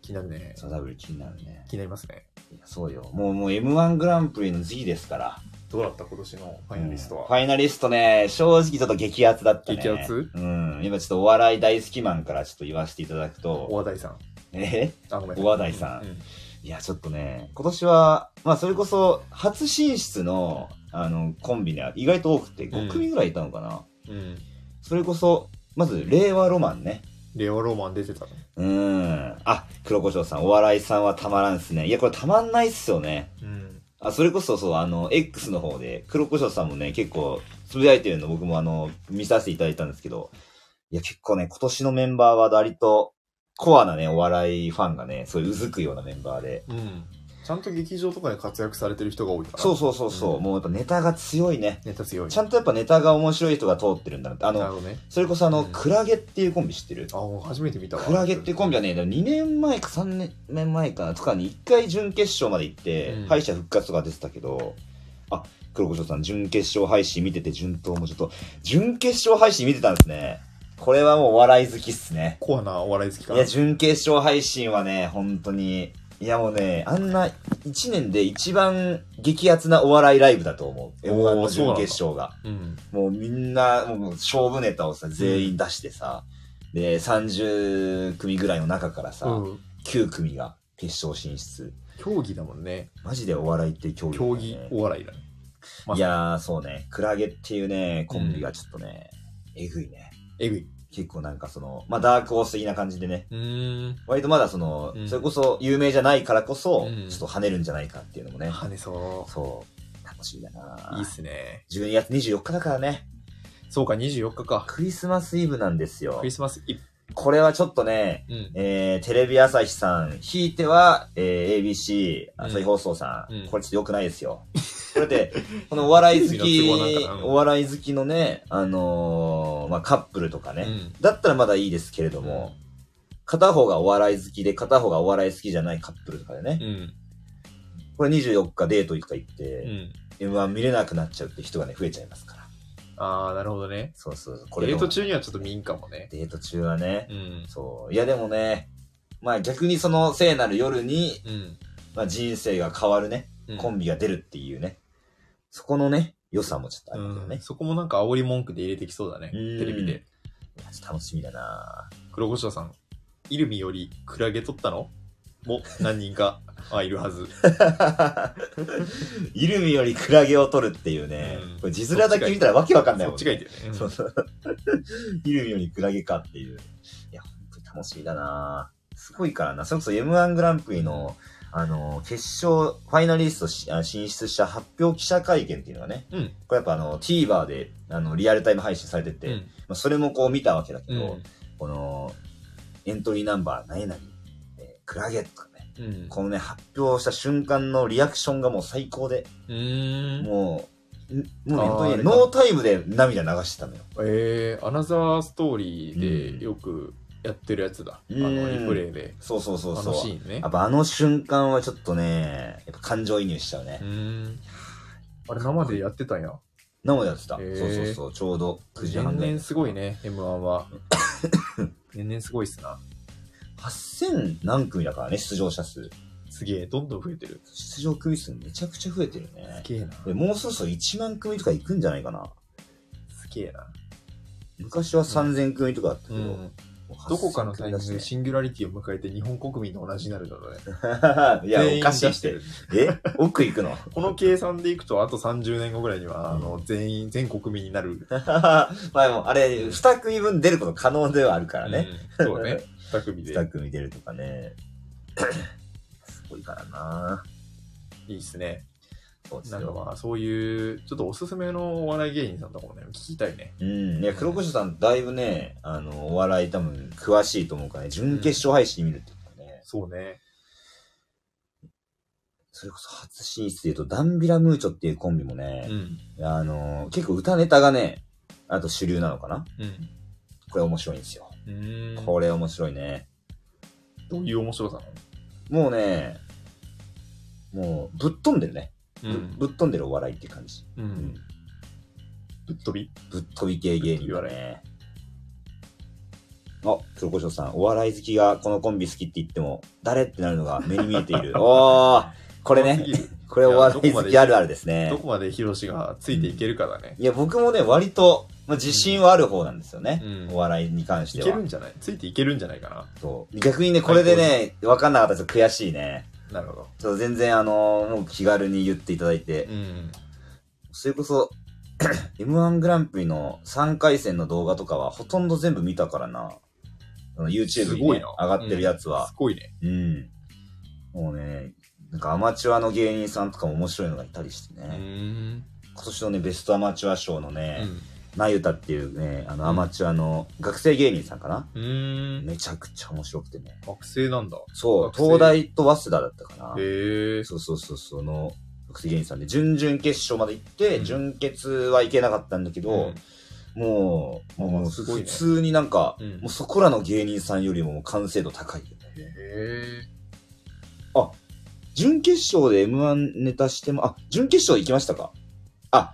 気になるね。ザ・ W 気になるね。気になりますね。いやそうよ。もう、もう M1 グランプリの時期ですから。どうだった今年のフうんファイナリストね、正直ちょっと激アツだったね。激アツうん。今ちょっとお笑い大好きマンからちょっと言わせていただく大と、和田さん。えあ、ごめん。小和田井さんういや、ちょっとね、今年は、まあそれこそ、初進出の、あの、コンビね、意外と多くて、5組ぐらいいたのかな。うん。それこそ、まず、令和ロマンね。レオローマン出てたね。うん。あ、黒胡椒さん、お笑いさんはたまらんっすね。いや、これたまんないっすよね。うん。あ、それこそそう、あの、X の方で、黒胡椒さんもね、結構、つぶやいてるの僕もあの、見させていただいたんですけど、いや、結構ね、今年のメンバーは割と、コアなね、お笑いファンがね、そういううずくようなメンバーで、うん。ちゃんと劇場とかで活躍されてる人が多いからそうそうそうそう、うんもうやっぱネタが強いねネタ強いちゃんとやっぱネタが面白い人が通ってるんだなってあなるのほどねそれこそあの、うんクラゲっていうコンビ知ってるあもう初めて見たわクラゲっていうコンビはね2年前か3年年前かなとかに1回準決勝まで行って、うん敗者復活とか出てたけどあ黒胡椒さん準決勝配信見てて順当もちょっと準決勝配信見てたんですねこれはもうお笑い好きっすねコアなお笑い好きかいらや準決勝配信はね本当にいやもうねあんな1年で一番激アツなお笑いライブだと思う m おー1のそうな準んだ決勝がうんもうみんな、もう勝負ネタをさ、全員出してさ、で、30組ぐらいの中からさ、うん9組が決勝進出。競技だもんねマジでお笑いって競技だよ競ね、技お笑いだねまさにいやー、そうね、クラゲっていうね、コンビがちょっとね、えぐいね。えぐい結構なんかその、まあダークホース的な感じでね、うーん割とまだその、うんそれこそ有名じゃないからこそ、うんちょっと跳ねるんじゃないかっていうのもね、跳ねそそう、楽しみだなういいっすね12月24日だからね、そうか24日かクリスマスイブなんですよクリ。スマスイブこれはちょっとね、うんえーテレビ朝日さん、ひいては、えー ABC、朝日放送さん、うんこれちょっと良くないですよ。これで、このお 笑い好テレビきの都合なんかな、お笑い好きのね、あのーまあ、カップルとかね、うんだったらまだいいですけれども、片方がお笑い好きで、片方がお笑い好きじゃないカップルとかでね、うんこれ24日デート行くか行って、うん、 M1 見れなくなっちゃうって人がね、増えちゃいますから。ああなるほどねそうそうそう、こデでーもト中にはちょっと民家もねデート中はね、うんそう。いやでもね、まあ逆にその聖なる夜に、うん、まあ、人生が変わるね、うんコンビが出るっていうね、そこのね、良さもちょっとあるんだようねん。そこもなんか煽り文句で入れてきそうだねうんテレビでいやちょっと楽しみだな 黒胡椒さんイルミよりクラゲ取ったのも何人か あいるはずぁイルミよりクラゲを取るっていうね、うんこれ字面だけ見たらわけわかんないそもっんちがいいよね、うんそうそう。イルミよりクラゲかっていう。いや、本当に楽しみだなぁすごいからな。それこそ M1 グランプリの、あの、決勝、ファイナリストしあ進出した発表記者会見っていうのがね、うんこれやっぱあの、TVer で、あの、リアルタイム配信されてて、うんまあ、それもこう見たわけだけうど、んこのエントリーナンバー何々、えークラゲとかね、うんこのね、発表した瞬間のリアクションがもう最高で、うーんもう、んもうね、本当あーあにれねかノータイムで涙流してたのよ。えー、アナザーストーリーうんでよくやってるやつだ、うんあのリプレイでそうそうそうあそのシう。ーンねやっぱあの瞬間はちょっとね、やっぱ感情移入しちゃうねう。ーんあれ生でやってたんやなおやってた、へーそうそうそう。ちょうど9時半年ぐらい。々すごい。ね M1 は年々すごいっすな8000何組だからね、出場者数。すげえどんどん増えてる出場組数めちゃくちゃ増えてるすね。げえなでもうそろそろ1万組とかいくんじゃないかな。すげえな、昔は3000組とかだったけうど、ん、もう8000どこかのタイミン組グだでしシンギュラリティを迎えて日本国民と同じになるだろうねねい や、全お員かしい出ししてて。るえ 奥行くのこの計算でいくとあと30年後ぐらいには、うんあの全員全国民になるまあでも、あれ、二組分出ること可能ではあるからね。、うん そうだね2組二で組出るとかね。 すごいからないいっすねそうですなんかよ。まあそういうちょっとおすすめのお笑い芸人さんとかもね聞きたいねうん。いや、黒胡椒さん、だいぶね、あの、お笑い多分、詳しいと思うからね、準決勝配信見るってことね。そうねそれこそ初進出で言うと、ダンビラムーチョっていうコンビもね、うんあの、結構歌ネタがね、あと主流なのかなうんこれ面白いんですよ。うーんこれ面白いね。どういう面白さなのもうね、もうぶっ飛んでるね。うぶぶっ飛んでるお笑いって感じ。ううんん、ぶっ飛びぶっ飛び系芸人だね。あ、黒胡椒さん、お笑い好きがこのコンビ好きって言っても、誰ってなるのが目に見えてい る。おー、これ怖すぎね、るこれお笑い好きあるあるです どね。こまでヒロシがついていけるかだね、いや、僕もね、割と、まあ、自信はある方なんですよね。うんお笑いに関しいてけはる。んじゃないついていけるんじゃないかなそう逆にね、これでね、わかんなかったです悔しいね。なるほど。ちょっと全然、あのもう気軽に言っていただいて、うん。それこそ、M1 グランプリの3回戦の動画とかはほとんど全部見たからな。あの YouTube すにごね、いな上がってるやつはす。ごいね。うん。もうね、なんかアマチュアの芸人さんとかも面白いのがいたりしてうね。ん。今年のね、ベストアマチュア賞のね、なゆたっていうね、あの、アマチュアの学生芸人さんかな、うーん。めちゃくちゃ面白くてね。学生なんだ。そう、学生東大と早稲田だったかな。へえ。そうそうそう、その、学生芸人さんで、準々決勝まで行って、うん準決はいけなかったんだけど、うんもう、あもうすごい普ね通になんか、うんもうそこらの芸人さんよりももう完成度高いよね。へえ。準決勝で M1 ネタしても、あ、準決勝行きましたかあ、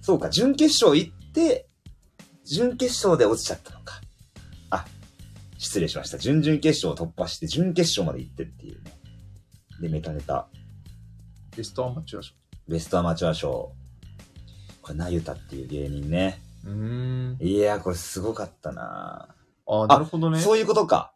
そうか、準決勝行って、準決勝で落ちちゃったのか。あ、失礼しました。準々決勝を突破して、準決勝まで行ってっていうね。で、メタネタ、ベストアマチュア賞。ベストアマチュア賞。これ、なゆたっていう芸人ね。うーん。いやー、これすごかったなあ、なるほどね。そういうことか。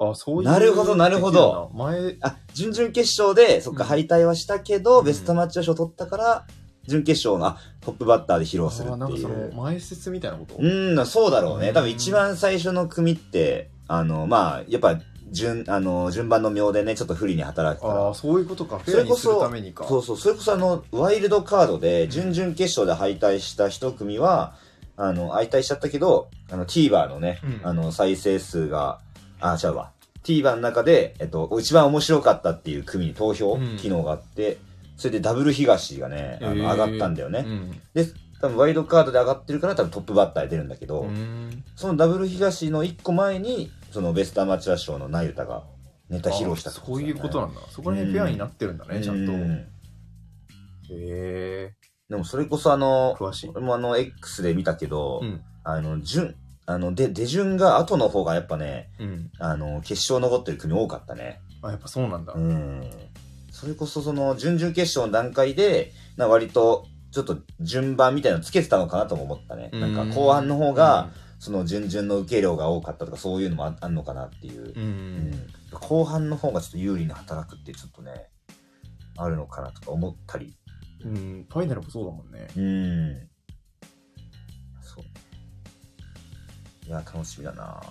あ、そういう。なるほどなるほど。前、あ、準々決勝で、そっか、うん敗退はしたけど、うんベストマッチ賞取ったから、準決勝のあトップバッターで披露するあなんっかていその、う。前説みたいなことうん、そうだろううね。ん多分一番最初の組って、あの、まあ、やっぱ、順、あの、順番の妙でね、ちょっと不利に働くかああ、ら。そういうことか。フそェアれにこするそためにか。そうそう、それこそあの、ワイルドカードで、ん準々決勝で敗退した一組は、あの、敗退しちゃったけど、あの、TVer のね、うんあの、再生数が、あ、違うわ。TVer の中で、えっと、一番面白かったっていう組に投票うん機能があって、それでダブル東がね、あへのー上がったんだようね。ん。多分ワイドカードで上がってるから多分トップバッターで出るんだけど、うん。そのダブル東の一個前に、そのベストアマチュア賞のナユタがネタ披露したあってそうだいようことなんだ。そこら辺フェアになってるんだね、ちゃんと。うへんえ。でもそれこそあの、詳しい。俺もあの、X で見たけど、うんあの、順、あの、で、出順が後の方がやっぱね、うん。あの、決勝残ってる組多かったね。あ、やっぱそうなんだう。ん。それこそその、準々決勝の段階で、な割と、ちょっと順番みたいなのつけてたのかなとも思ったね。なんか後半の方が、その準々の受け量が多かったとか、そういうのもああんのかなっていうう。ん、う。うんん後半の方がちょっと有利に働くって、ちょっとね、あるのかなとか思ったり。うん。ファイナルもそうだもんね。うん。そう。いや、楽しみだな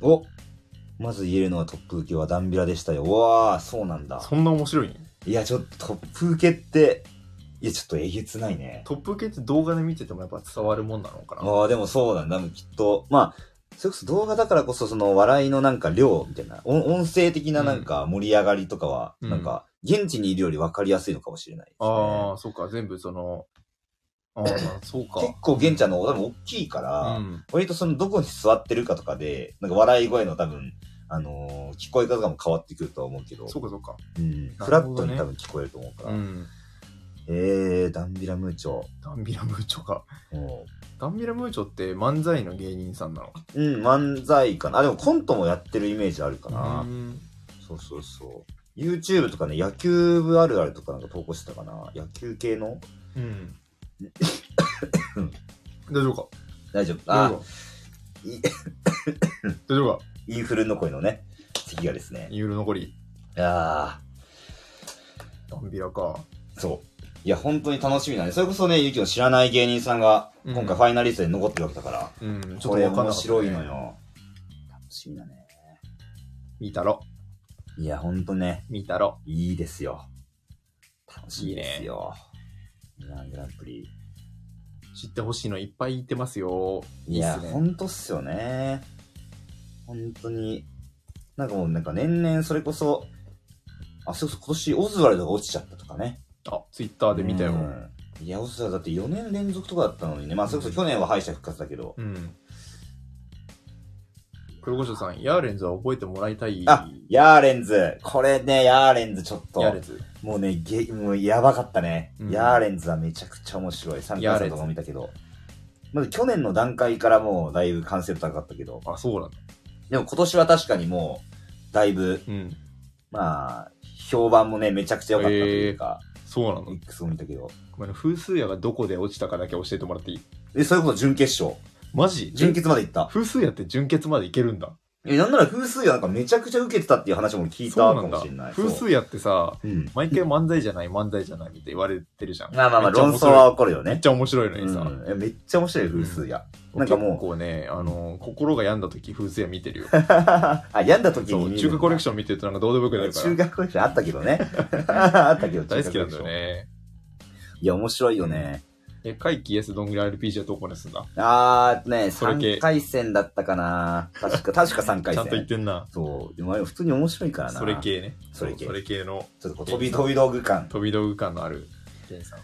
おまず言えるのはトップ受けはダンビラでしたよ。うわあ、そうなんだ。そんな面白いねいや、ちょっとトップ受けって、いや、ちょっとえげつないね。トップ系って動画で見ててもやっぱ伝わるもんなのかな。ああ、でもそうなんだ。きっと、まあ、それこそ動画だからこそ、その笑いのなんか量みたいな、音音声的ななんか盛り上がりとかは、うんなんか、現地にいるより分かりやすいのかもしれないですね。ああ、そうか。全部その、ああ、そうか。結構現地あの、多分大きいから、うん。割とそのどこに座ってるかとかで、なんか笑い声の多分、あのー聞こえ方とかも変わってくるとは思うけど、そうか、そうか。うん、どねフラットに多分聞こえると思うから。うん。えー、ダンビラムーチョ。ダンビラムーチョか。もダンビラムーチョって漫才の芸人さんなのううん、漫才かな。あ、でもコントもやってるイメージあるかかな。な。そうそうそう。YouTube とかね、野球部あるあるとかなんか投稿してたかな。野球系のうん。大丈夫か大丈夫。大あ丈夫、かい大丈夫かインフルの声のね、次がですね。ニュール残り。いやダンビラか。ーそう。いや、本当に楽しみだね。それこそね、ゆきの知らない芸人さんが、うん今回ファイナリストで残ってるわけだから、うん。ちょっとこれわかん面なかったね白いの。よ。楽しみだね。見たろ。いや、ほんとね、見たろ。いいですよ。楽しみですよ。ミラングランプリ。知ってほしいのいっぱい言ってますよ。いや、いいっすねほんとっすよね。ほんとに。なんかもうなんか年々それこそ、あ、そうそう、今年オズワルドが落ちちゃったとかね。あ、ツイッターで見たよう。んいや、オズワルドだって4年連続とかだったのにね。まあ、それこそ去年は敗者復活だけど。うん。黒胡椒さん、ヤーレンズは覚えてもらいたい。あ、ヤーレンズ。これね、ヤーレンズちょっとヤー、レンズ。もうね、げもうやばかったね。うんヤーレンズはめちゃくちゃ面白い。参加ヤーさレんンズとか見たけど。まず去年の段階からもうだいぶ完成度高かったけど。あ、そうなんだ。でも今年は確かにもう、だいぶうん。まあ、評判もね、めちゃくちゃ良かったというか、そうなの。 X を見たけど。ごめんね風数屋がどこで落ちたかだけ教えてもらっていいえ、それこそ準決勝。マジ準決まで行った。風数屋って準決までいけるんだ。え、なんなら風水がなんかめちゃくちゃ受けてたっていう話も俺聞いたそうかなんもだしれない。。風そう水屋ってさ、うん。毎回漫才じゃない漫才じゃないって言われてるじゃん。まあまあまあ、めっちゃ論面争白いは起こるよめっねち。ゃ面白いのにさ。うんえめっちゃ面白い風水や。なんかもう結構ね、あの、心が病んだ時、風水屋見てる よ。あ、病んだ時そにう、見る。中華コレクシション見てるとなんかどうでもよくなるから。 中華コレクションあったけどね。あったけど、大好きなんだよ中華コレクション。ね。いや、面白いよね。え、回帰 ES どんぐらい RPG はどこですんだあーね、それ系3回戦だったかな。確か、確か3回ちゃ戦。んと言ってんな。そう。でもあれ普通に面白いからな。それ系ね。それ系うそれ系のちょっとこう飛び飛び道具感。飛び道具感のある。ゲンさ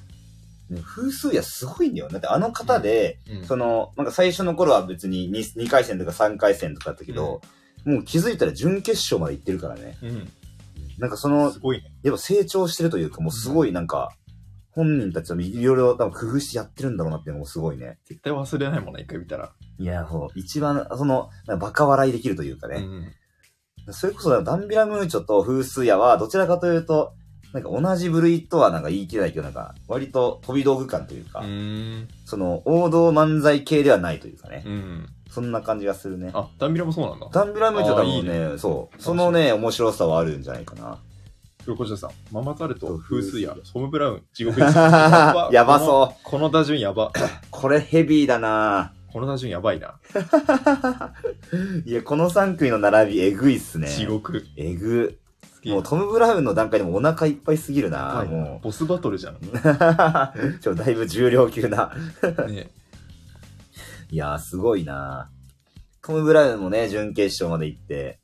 ん。ね風数やすごいんだよ。だってあの方で、うん。その、なんか最初の頃は別に 2, 2回戦とか3回戦とかだったけど、もう気づいたら準決勝まで行ってるからね。うん。なんかそのす、ごいね。やっぱ成長してるというか、もうすごいなんか、本人たちはいろいろ多分工夫してやってるんだろうなっていうのもすごいね。絶対忘れないもんな、一回見たら。いや、そう、一番、その、なんかバカ笑いできるというかうね。ん。それこそ、ダンビラムーチョと風水屋は、どちらかというと、なんか同じ部類とはなんか言い切れないけど、なんか、割と飛び道具感といううか、ん。その、王道漫才系ではないというかね。うん。そんな感じがするね。あ、ダンビラもそうなんだ。ダンビラムーチョ多分あーね、そう、そのね、面白さはあるんじゃないかな。黒こちらさん、ママタルそト、う風水風屋水、ソムブラウン、地獄絵。やばそうこのこの打順やば。う。これヘビーだなこの打順やばいな。いや、この3組の並び、えぐいっすね。地獄。えぐ。すげえもうトム・ブラウンの段階でもお腹いっぱいすぎるな、はいもボスバトルじ ゃん。ねう。ちょ、だいぶ重量級な。えいやー、すごいなトム・ブラウンもね、準決勝まで行って。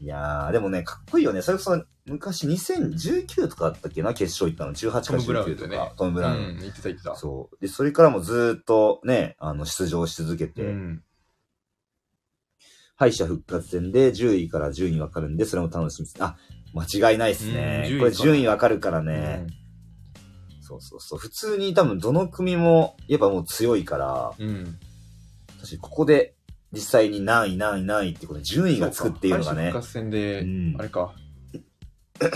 いやー、でもね、かっこいいよね。それこそ、昔2019とかだったっけな、決勝行ったの。18かトムブラウン19ととねか。トム・ブうラウン。ん、言ってた言ってた。そう。で、それからもずーっとね、あの、出場し続けて、うん。敗者復活戦で10位から順位分かるんで、それも楽しみです。あ、間違いないですね。うん順位これか順位分かるからね、そうそうそう。普通に多分どの組も、やっぱもう強いから、うん。私ここで実際に何位何位何位ってことで順位がつくっていうのがそうねか。敗者復活戦でう、んあれ か。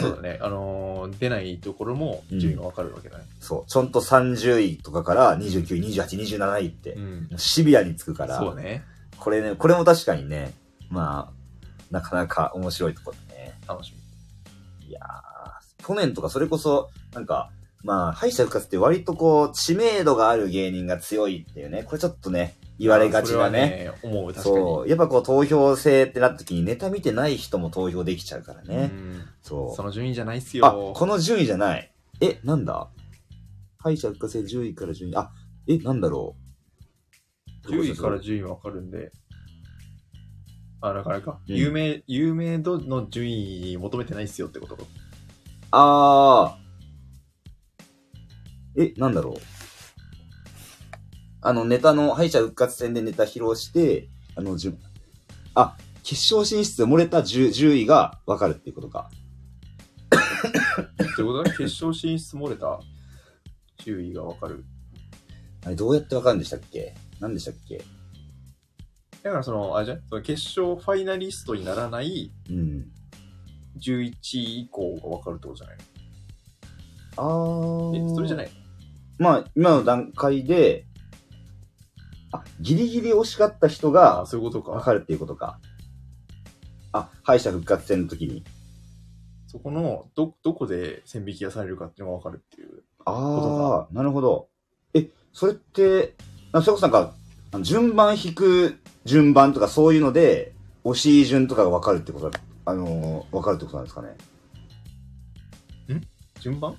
そうだね。あのー、出ないところも順位がわかるわけだね。そう。ちょんと30位とかから29位、28位、27位ってう、ん。シビアにつくから、そうね。これね、これも確かにね、まあ、なかなか面白いところだね。楽しみ。いやー去年とかそれこそ、なんか、まあ、敗者復活って割とこう、知名度がある芸人が強いっていうね、これちょっとね、言われがちだね。あー。それは思う、確かに。そう。やっぱこう、投票制ってなった時にネタ見てない人も投票できちゃうからね。うんそその順位じゃないっすう。あ、よ。この順位じゃない。え、なんだ敗者復活で10位から順位。あ、え、なんだろう。 10位から10位はわかるんで、あ、だからあれか、うん有名、有名度の順位求めてないっすよってことあー。え、なんだろう。あの、ネタの、敗者復活戦でネタ披露して、あの、順、あ、決勝進出漏れた 10, 10位が分かるっていうことか。って ことだね決勝進出漏れた10位がわかる。あれ、どうやって分かるんでしたっけ何でしたっけだからその、あれじゃんその決勝ファイナリストにならないうん。 11位以降がわかるってことじゃないあー。え、それじゃないいまあ、今の段階で、あ、ギリギリ惜しかった人あがそういうこと分か。かるっていうことか。あ、敗者復活戦の時に。そこの、ど、どこで線引きがされるかっていうのがわかるっていう。ああ、なるほど。え、それって、なそれこそなんか、あの順番引く順番とかそういうので、押し順とかが分かるってことだ、あのー、分かるってことなんですかね。順番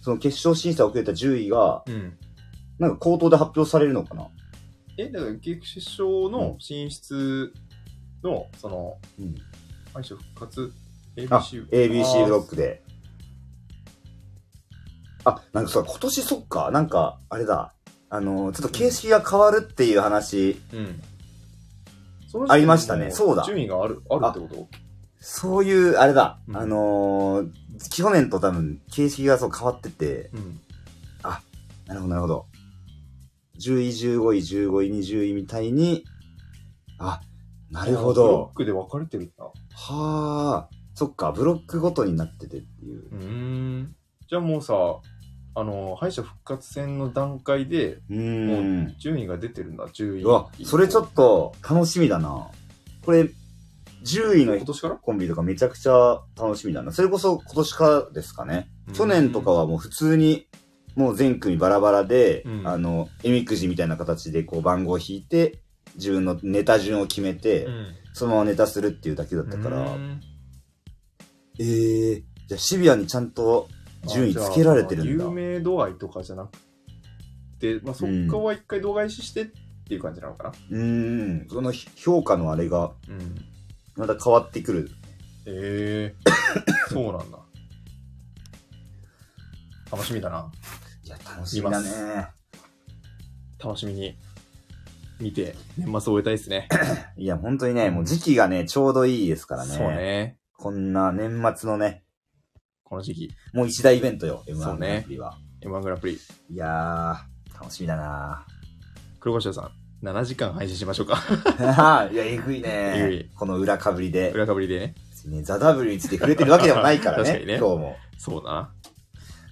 その決勝審査を受けた10位が、うん。なんか口頭で発表されるのかなえ、だから決勝の進出の、その、うん。敗者復活、あ、 ABC。 ABC ブロッククで。あ、なんかそう、今年そっか、なんか、あれだ、あのー、ちょっと形式が変わるっていう話、うん。そのありましたね時点でそうだ順位がある、あるってことそういう、あれだ、うんあのー、去年と多分、形式がそう変わってて、うん。なるほど、なるほど。10位、15位、15位、20位みたいに、あ、なるブほロどッ。クで分かれてるんだ。はあ、そっか、ブロックごとになっててっていうう。ーん。じゃあもうさ、あの、敗者復活戦の段階でうーん。順位が出てるんだ、10位。うわ、それちょっと楽しみだな。これ、10位の今年からコンビとかめちゃくちゃ楽しみだな。それこそ今年からですかね。去年とかはもう普通に、もう全組バラバラで、うんあの、えみくじみたいな形でこう番号を引いて、自分のネタ順を決めて、うん、そのままネタするっていうだけだったから、うんええー、じゃあシビアにちゃんと順位つけられてるんだあじゃあ。有名度合いとかじゃなくて、まあ、そっからは一回度外視してっていう感じなのかな。うーん、その評価のあれが、うん。また変わってくる。え ー、そうなんだ。楽しみだな。いや、楽しみだ見ね。楽しみに見て、年末を終えたいですね。いや、本当にね、もう時期がね、ちょうどいいですからね。そう。ね。こんな年末のね、この時期、もう一大イベントよ、そ M1 うグランねプリは。 M1 グランプリ、いやー、楽しみだな 黒頭さん、7時間配信しましょう か。いや、えぐいねえぐいこの裏かぶりで。裏かぶりでね。別にね、ザ・ W について触れてるわけでもないからね、 確かにね今日も。そうだな。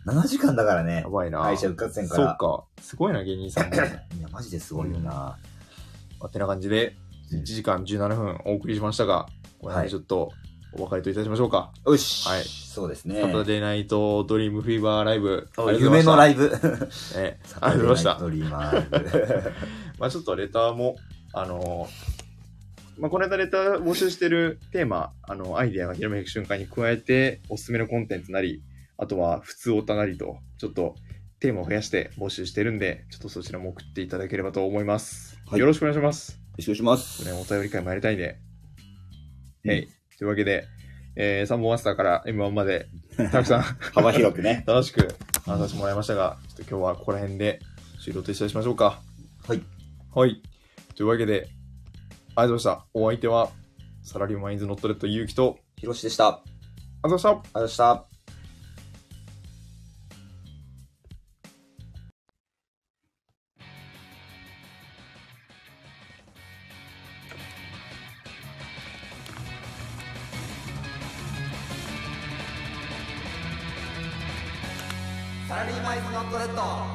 7時間だからねや、ばいな。敗者そう復活戦から。か。すごいな、芸人さんも。いや、マジですごいよな。まあ、てな感じで、うん1時間17分お送りしましたが、これはでいちょっとお別れといたしましょうか。よし、はいそうですサタね。デーナイトドリームフィーバーライブ。ありがとうござ夢いましたのライブ。ええ ありがとうご ざいまドリーマ ー。した。まあちょっとレターも、あのーまあ、この間レター募集してるテーマ、あの、アイデアがひらめく瞬間に加えて、おすすめのコンテンツなり、あとは普通おたなりと、ちょっとテーマを増やして募集してるんで、ちょっとそちらも送っていただければと思います。はいよろしくお願いします。失礼しますね、。お便り会もやりたいね。うんはい。というわけで、えー、サンボマスターから M1 ま で、たくさん 幅広く ね。楽しく話させてもらいましたが、ちょっと今日はここら辺で終了といたしましょうか。はい。はい。というわけで、ありがとうございました。お相手は、サラリーマンインズノットレッドゆうきと、ひろしでした。ありがとありがとうございました。うございました。サラリーマイズノットレッド